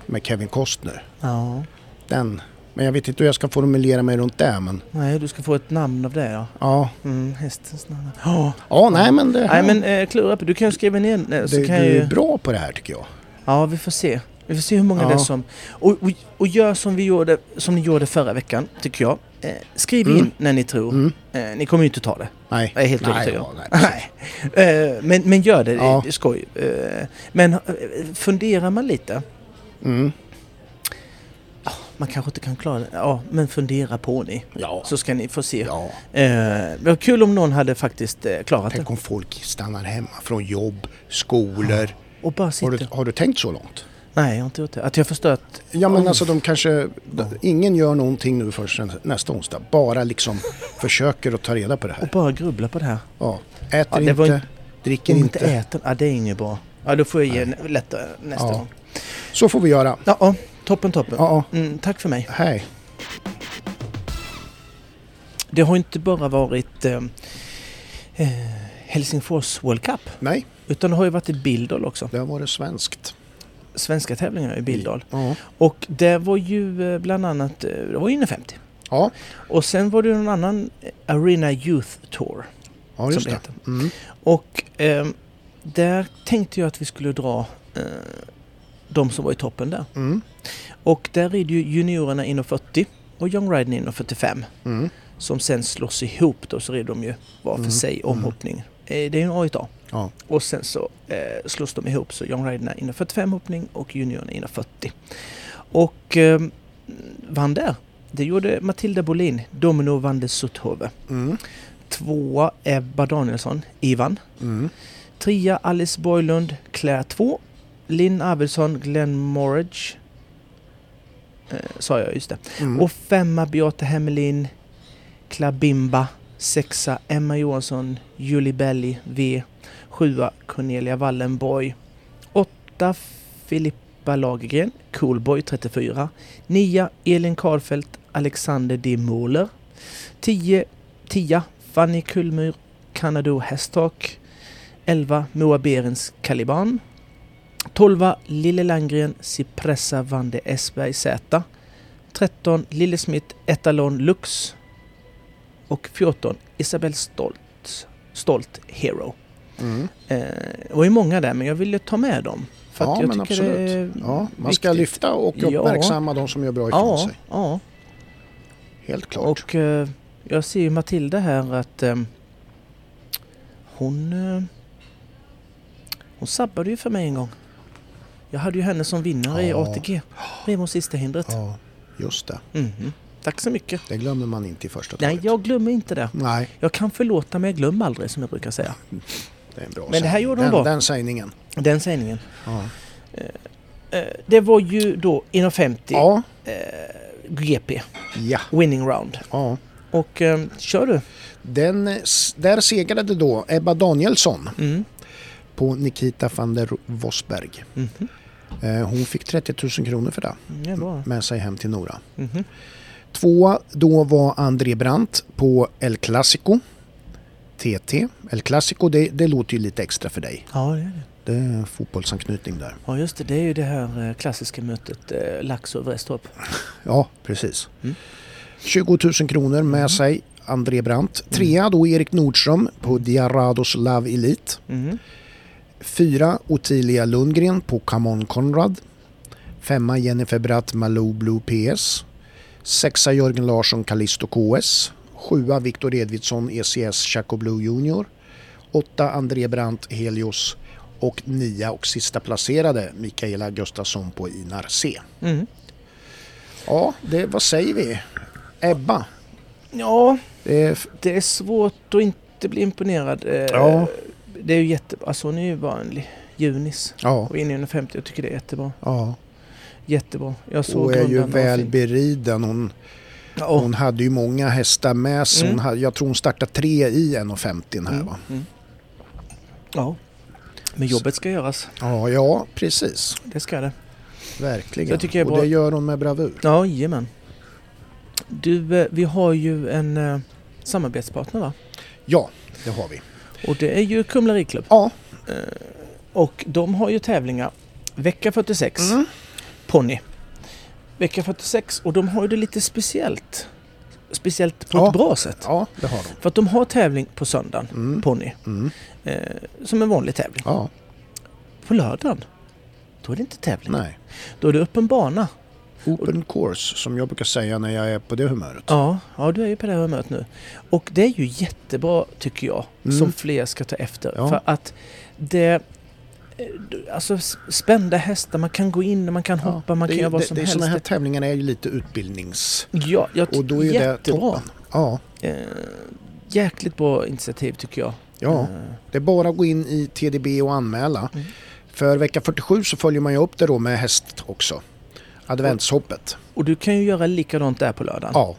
Med Kevin Costner.
ja.
Den. Men jag vet inte hur jag ska formulera mig runt det, men
Nej, du ska få ett namn av det ja.
ja.
Mm, hästens namn. Ja.
Ja, nej men det,
Nej men eh, klura på, du kan ju skriva ner eh, så
det,
kan
du
jag
är
ju...
bra på det här tycker jag.
Ja, vi får se. Vi får se hur många
Ja.
det är som... Och, och, och gör som vi gjorde, som ni gjorde förra veckan, tycker jag. Eh, skriv in när ni tror. Eh, ni kommer ju inte ta det.
Nej.
Jag är helt
Mm. nej,
övertygad.
ja, nej, precis.
Nej. Eh, men, men gör det,
Ja.
det är skoj. Eh, men eh, funderar man lite.
Mm.
Ah, Man kanske inte kan klara det. Ja, men fundera på ni.
Ja.
Så ska ni få se.
Ja.
Eh, det var kul om någon hade faktiskt eh, klarat det.
Tänk om folk stannar hemma från jobb, skolor.
Och bara
Har,
sitter.
du, har du tänkt så långt?
Nej, jag har inte gjort det. Att jag förstört...
Ja
Oh.
men alltså de kanske, d- ingen gör någonting nu förrän nästa onsdag. Bara liksom försöker att ta reda på det här.
Bara grubbla på det här.
Ja. Äter
Ja, det var
inte,
inte-
dricker
Om
inte.
inte äter, ja det är inget bra. Ja, då får jag ge nä- lättare nästa
Ja.
gång.
Så får vi göra.
Ja, ja, toppen, toppen.
Ja,
Mm, tack för mig.
Hej.
Det har inte bara varit eh, eh, Helsingfors World Cup,
Nej,
utan det har ju varit i Bildal också.
det har varit svenskt.
Svenska tävlingar i Bildal.
Ja.
Och det var ju eh, bland annat, eh, det var ju inne 50.
Ja,
Och sen var det ju någon annan eh, Arena Youth Tour.
ja just
Som
det.
det heter.
Mm.
Och eh, där tänkte jag att vi skulle dra eh, de som var i toppen där.
Mm.
Och där rider ju juniorerna inom 40 och Young Riding inom 45.
Mm.
Som sen slås ihop då så rider de ju var för sig omhoppning. Eh, Det är ju en A1A.
Ja.
Och sen så eh, slås de ihop så Young Riderna inom 45 hoppning och juniorerna inom 40. Och eh, vann där. Det gjorde Matilda Bolin, Domino van de Sothove.
Mm.
Tvåa Ebba Danielsson, Ivan.
Mm.
Trea Alice Boylund, Claire 2. Linn Arvidsson, Glenn Morridge. Eh, sa jag, just det.
Mm.
Och femma Beata Hemmelin, Klabimba. Sexa Emma Johansson, Julie Belli, V. Sjua Cornelia Wallenborg. Åtta Filippa Lagergren, Coolboy 34. Nia Elin Karlfeldt, Alexander D. Måler. Tio Tia Fanny Kullmyr, Kanado Hästtak. 11 Moa Berens Caliban. 12 Lille Landgren Cipressa van de Esberg Z. 13 Lille Smith Etalon Lux. Och 14 Isabel Stolt, Stolt Hero.
Mm.
Eh, det var ju många där men jag ville ta med dem. För
Ja,
att jag
men
tycker det är
absolut. Ja, man ska
viktigt.
lyfta och
Ja.
uppmärksamma de som gör bra ifrån
Ja,
sig.
ja.
Helt klart.
Och eh, jag ser ju Matilda här att eh, hon, eh, hon sabbade ju för mig en gång. Jag hade ju henne som vinnare i
Ja.
ATG. Remo sista hindret.
Ja, just det.
Mhm. Tack så mycket.
Det glömmer man inte i första
Nej,
taget.
jag glömmer inte det.
Nej.
Jag kan förlåta men jag glömmer aldrig som jag brukar säga.
Det är en bra
Men det här
sägning.
gjorde de
den,
bra.
Den sägningen.
Den sägningen. Eh, eh, Det var ju då inom 50
Ja,
GP,
ja,
winning round.
ja.
Och eh, kör du.
Den, s- där segrade då Ebba Danielsson på Nikita van der Vosberg. Eh, Hon fick 30 000 kronor för det
Det är bra.
med sig hem till Nora. Tvåa då var André Brandt på El Clasico. TT. El Clasico, det, det låter ju lite extra för dig.
Ja, det är det.
Det är fotbollsanknytning där.
Ja, just det. Det är ju det här eh, klassiska mötet eh, Laxå och Vrestorp.
Ja, precis. 20 000 kronor med sig André Brandt. Trea då Erik Nordström på Diarados Love Elite.
Mhm.
Fyra Ottilia Lundgren på Come On Conrad. Femma Jennifer Bratt Malou Blue PS. Sexa Jörgen Larsson Callisto KS. Sjua Viktor Edvidsson ECS Chaco Blue Junior. Åtta André Brandt Helios. Och nia och sista placerade Mikaela Gustafsson på Inar C.
Mm.
Ja, det, vad säger vi? Ebba.
Ja,
Det är f-
det är svårt att inte bli imponerad. Eh,
Ja.
Det är ju jättebra. Alltså hon är ju bara en li- junis.
ja,
Och in i 150, jag tycker det är jättebra.
ja.
Jättebra. Jag såg
Hon är ju
rundan, den var
väl
fin.
beriden. Hon,
Ja,
Hon hade ju många hästar med sig. Hon
Mm.
hade, jag tror hon startade tre i 1,50 här va?
ja. Men jobbet ska göras.
Ja, ja precis.
Det ska det.
Verkligen.
Så jag tycker jag är
och
bra.
det gör hon med bravur.
Ja, jajamän. Du, eh, vi har ju en eh, samarbetspartner va?
Ja, det har vi.
Och det är ju Kumla ridklubb.
Ja,
Och de har ju tävlingar vecka 46,
Mm.
ponny. Vecka 46 och de har ju det lite speciellt. Speciellt på
Ja.
ett bra sätt.
ja det har hon.
För att de har tävling på söndagen, ponny.
Mm.
Eh, som en vanlig tävling.
Ja,
På lördagen, då är det inte tävling.
nej.
Då är det öppen bana.
Open course som jag brukar säga när jag är på det humöret.
Ja, ja, du är ju på det här humöret nu. Och det är ju jättebra, tycker jag,
Mm.
som fler ska ta efter.
Ja.
För att det... eh, du- Alltså s- spända hästar, man kan gå in, man kan
Ja,
hoppa, man
det,
kan göra vad
det,
som
det, är
helst.
Sådana här tävlingar är ju lite utbildnings...
Ja, jag
Och då är det
jättebra.
toppen. Ja,
Eh, jäkligt bra initiativ tycker jag. Eh,
ja. Det är bara att gå in i TDB och anmäla.
Mm.
För vecka 47 så följer man ju upp det då med häst också. Adventshoppet.
Och du kan ju göra likadant där på lördagen.
Ja.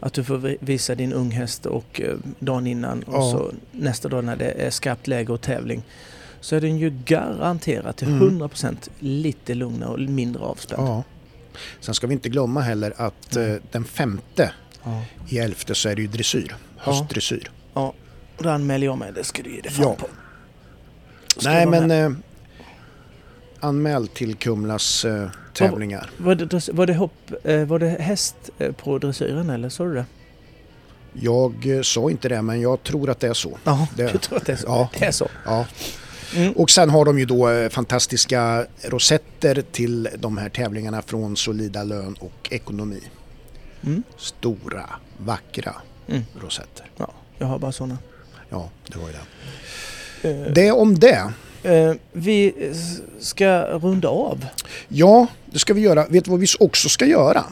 Att du får vi- visa din unghäst och eh, dagen innan och
Ja.
så nästa dag när det är skarpt läge och tävling. Så är den ju garanterat till 100% lite lugnare och mindre avspänd.
Mm. Ja. Sen ska vi inte glömma heller att eh, den femte
Ja.
i elfte så är det ju dressyr. Höstdressyr.
ja. Och Då anmäler jag mig, det ska du ge dig fan
Ja.
på. Ska
Nej
jag vara
men
med?
eh, anmäl till Kumlas eh, tävlingar.
Var det, dress- var det, hopp, eh, var det häst eh, på dressyren eller sa du det?
Jag eh, sa inte det men jag tror att det är så.
Ja,
Det-
du tror att det är så?
Ja.
Det är så.
Ja.
Mm.
Och sen har de ju då eh, fantastiska rosetter till de här tävlingarna från Solida Lön och Ekonomi.
Mm.
Stora, vackra
Mm.
rosetter.
Ja, jag har bara sådana.
Ja, det var ju det. Det om det.
Eh, vi s- ska runda av.
Ja, det ska vi göra. Vet du vad vi också ska göra?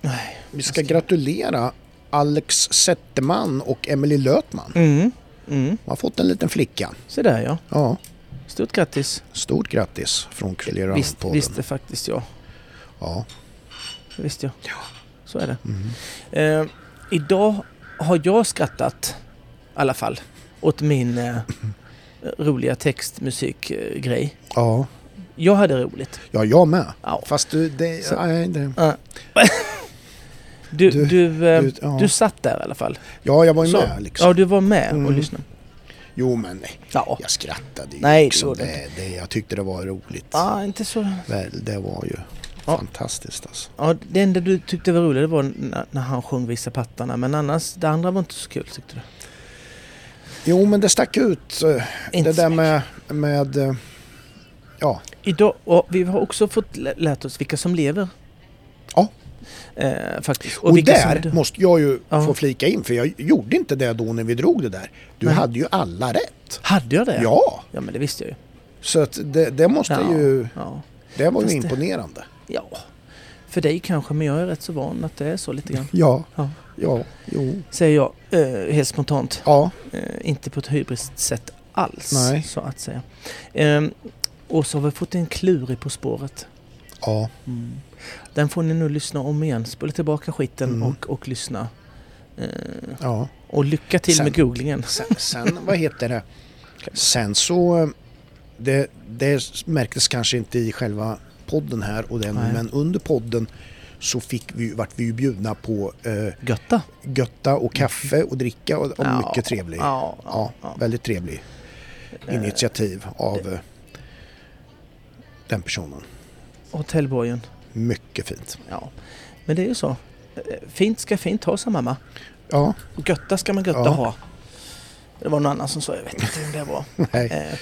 Nej.
Vi ska gratulera Alex Zetterman och Emily Lötman.
Mm. Mm.
De har fått en liten flicka.
Så där ja.
Ja,
Stort grattis.
stort grattis från
Visst,
Kulerarpodden.
visste faktiskt jag.
Ja,
Det visste jag. Ja. Så är det.
Mm.
Eh, idag har jag skrattat, i alla fall, åt min eh, roliga textmusikgrej.
ja.
Jag hade roligt.
ja jag med.
Ja.
Fast du, det,
Så-
nej, det,
Du,
Du-
du, eh,
du- ja.
du satt där i alla fall.
ja, jag var ju
Så.
med liksom.
Ja, du var med och
Mm.
lyssnade.
Jo, men nej.
Ja.
Jag skrattade ju.
Nej,
liksom.
det gjorde
det, det, jag tyckte det var roligt.
Ah, inte så.
Väl, det var ju
Ja.
fantastiskt alltså.
Ja, det enda du tyckte var roligt det var när, när han sjöng Visa pattarna. Men annars, det andra var inte så kul tyckte du.
Jo, men det stack ut. eh,
Inte
Det
så
där
mycket.
med, med eh, ja,
Idag, och vi har också fått lä- lärt oss vilka som lever.
Ja.
Eh, faktiskt.
Och,
vilka som
där
dör.
måste jag ju
Ja.
få flika in, för jag gjorde inte det då när vi drog det där. Du
Nej.
hade ju alla rätt.
Hade jag det?
Ja,
Ja, men det visste jag ju.
så att det, det måste
Ja.
ju...
Ja.
Det var ju
Fast det-
imponerande.
ja. För dig kanske, men jag är rätt så van att det är så lite grann.
Ja,
Ja.
ja, jo.
Säger jag eh, helt spontant.
Ja,
Eh, inte på ett hybriskt sätt alls,
Nej.
så att säga. Ehm, och så har vi fått en klurig På spåret.
Ja.
Den får ni nu lyssna om igen. Spola tillbaka skiten
Mm.
och, och lyssna. Ehm,
ja.
och lycka till
Sen-
med googlingen.
Sen, sen vad heter det? Sen så, eh, det, det märktes kanske inte i själva podden här och den,
Nej.
men under podden så fick vi, vart vi ju bjudna på eh,
Götta!
götta och kaffe och dricka och, och
Ja,
mycket trevlig.
ja,
ja,
ja.
Väldigt trevlig initiativ av eh, den personen.
Hotellborgen.
Mycket fint.
Ja. Men det är ju så. Ehm, Fint ska fint ha, sa mamma.
Ja,
Och Götta ska man götta
Ja.
ha. Det var någon annan som sa, jag vet inte vem det var.
nej.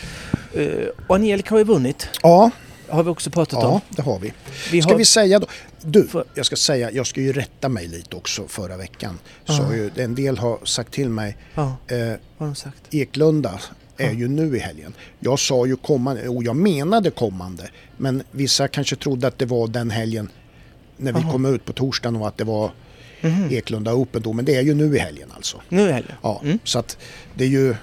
Eh, och Angelica har ju vunnit,
Ja,
har vi också pratat om.
ja, det har vi.
Vi
Ska
har,
vi säga då? Du,
För-
jag ska säga, jag ska ju rätta mig lite också förra veckan. Så har ju, en del har sagt till mig,
ja, vad
eh,
har de sagt?
Eklunda är ju nu i helgen. Jag sa ju kommande, och jag menade kommande, men vissa kanske trodde att det var den helgen när vi kom ut på torsdagen och att det var
Mhm.
Eklunda Open då, men det är ju nu i helgen alltså.
Nu är helgen.
Ja, så att det är ju,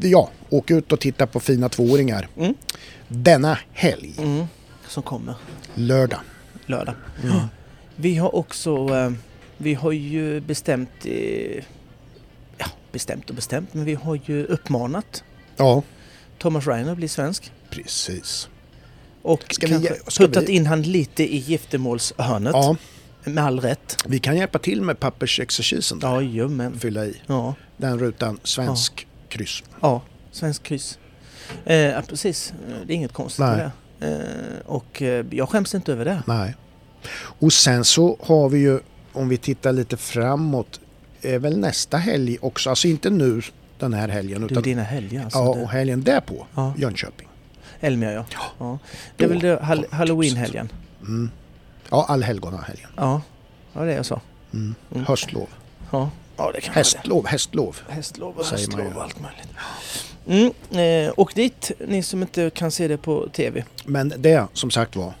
det- ja, åk ut och titta på fina tvååringar.
Mm.
Denna helg,
som kommer
lördag.
lördag. Ja. Vi har också, eh, vi har ju bestämt, eh, ja bestämt och bestämt, men vi har ju uppmanat
Ja,
Thomas Reiner att bli svensk.
precis.
Och
Ska vi-
kanske
ska vi-
puttat in han lite i giftermålshörnet.
Ja,
Med all rätt.
vi kan hjälpa till med pappersexercisen. där.
Ja, jajamän.
Fylla i
Ja,
den rutan, svensk kryss.
ja. Svensk kryss. Eh, ja, precis, Eh, det är inget konstigt med
Nej.
det. Eh, och eh, jag skäms inte över det.
Nej. Och sen så har vi ju, om vi tittar lite framåt, är väl nästa helg också, alltså inte nu den här helgen
Du,
utan
dina helger alltså.
ja,
det-
och helgen därpå,
Ja.
Jönköping.
Elmia ja. ja. Det är väl det, hall-
kommer
halloween-helgen?
Ja, allhelgonahelgen.
Ja. ja, det är så. Mm.
Höstlov.
Ja, ja det kan man
Hästlov, hästlov.
det. Hästlov och
säger man
höstlov
ju.
och allt möjligt. Mm, eh, och dit, ni som inte kan se det på TV.
Men det, som sagt var,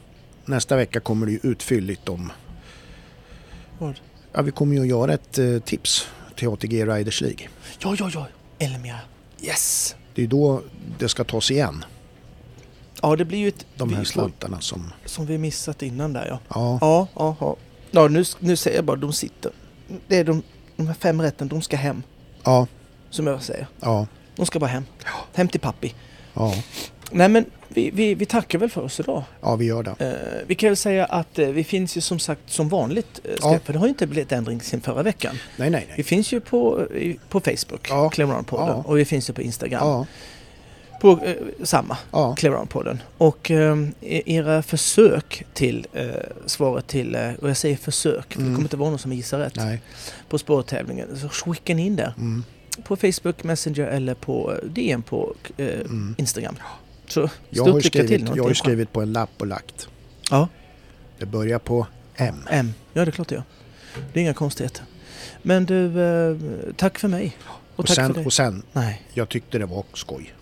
nästa vecka kommer det ju utfylligt om...
Vad?
Ja, vi kommer ju att göra ett eh, tips till ATG Riders League.
Ja, ja, ja. Elmia. Yes!
Det är ju då det ska tas igen,
Ja, det blir ju ett...
de här
vi-
slantarna som...
Som vi missat innan där ja.
Ja,
Ja, ja, ja. Ja, nu, nu säger jag bara de sitter. Det är de, de här fem rätten, de ska hem.
ja,
Som jag säger.
ja,
De ska bara hem. Hem till pappi.
ja,
Nej men, vi, vi, vi tackar väl för oss idag.
ja vi gör det.
Eh, vi kan väl säga att eh, vi finns ju som sagt som vanligt, eh, ska,
Ja.
för det har ju inte blivit ändring sedan förra veckan.
Nej, nej, nej.
Vi finns ju på, eh, i- på Facebook,
Ja.
Cleveron-podden,
Ja.
och vi finns ju på Instagram,
Ja,
på eh, samma,
ja.
Cleveron-podden. Och eh, e- era försök till eh, svaret till, eh, och jag säger försök, för det kommer inte vara någon som gissar rätt,
Mm. Nej.
på spårtävlingen, så skicka in det.
Mm.
På Facebook Messenger eller på eh, DM på eh, Instagram. Så
Mm. Jag har, ju
stort lycka till.
skrivit,
när ni
jag har ju
tar-
skrivit på en lapp och lagt.
Ja.
Det börjar på M.
M. Ja, det är klart jag. Det är inga konstigheter. Men du, eh, tack för mig. Och,
Och
tack för
sen,
dig.
och sen,
Nej,
jag tyckte det var skoj.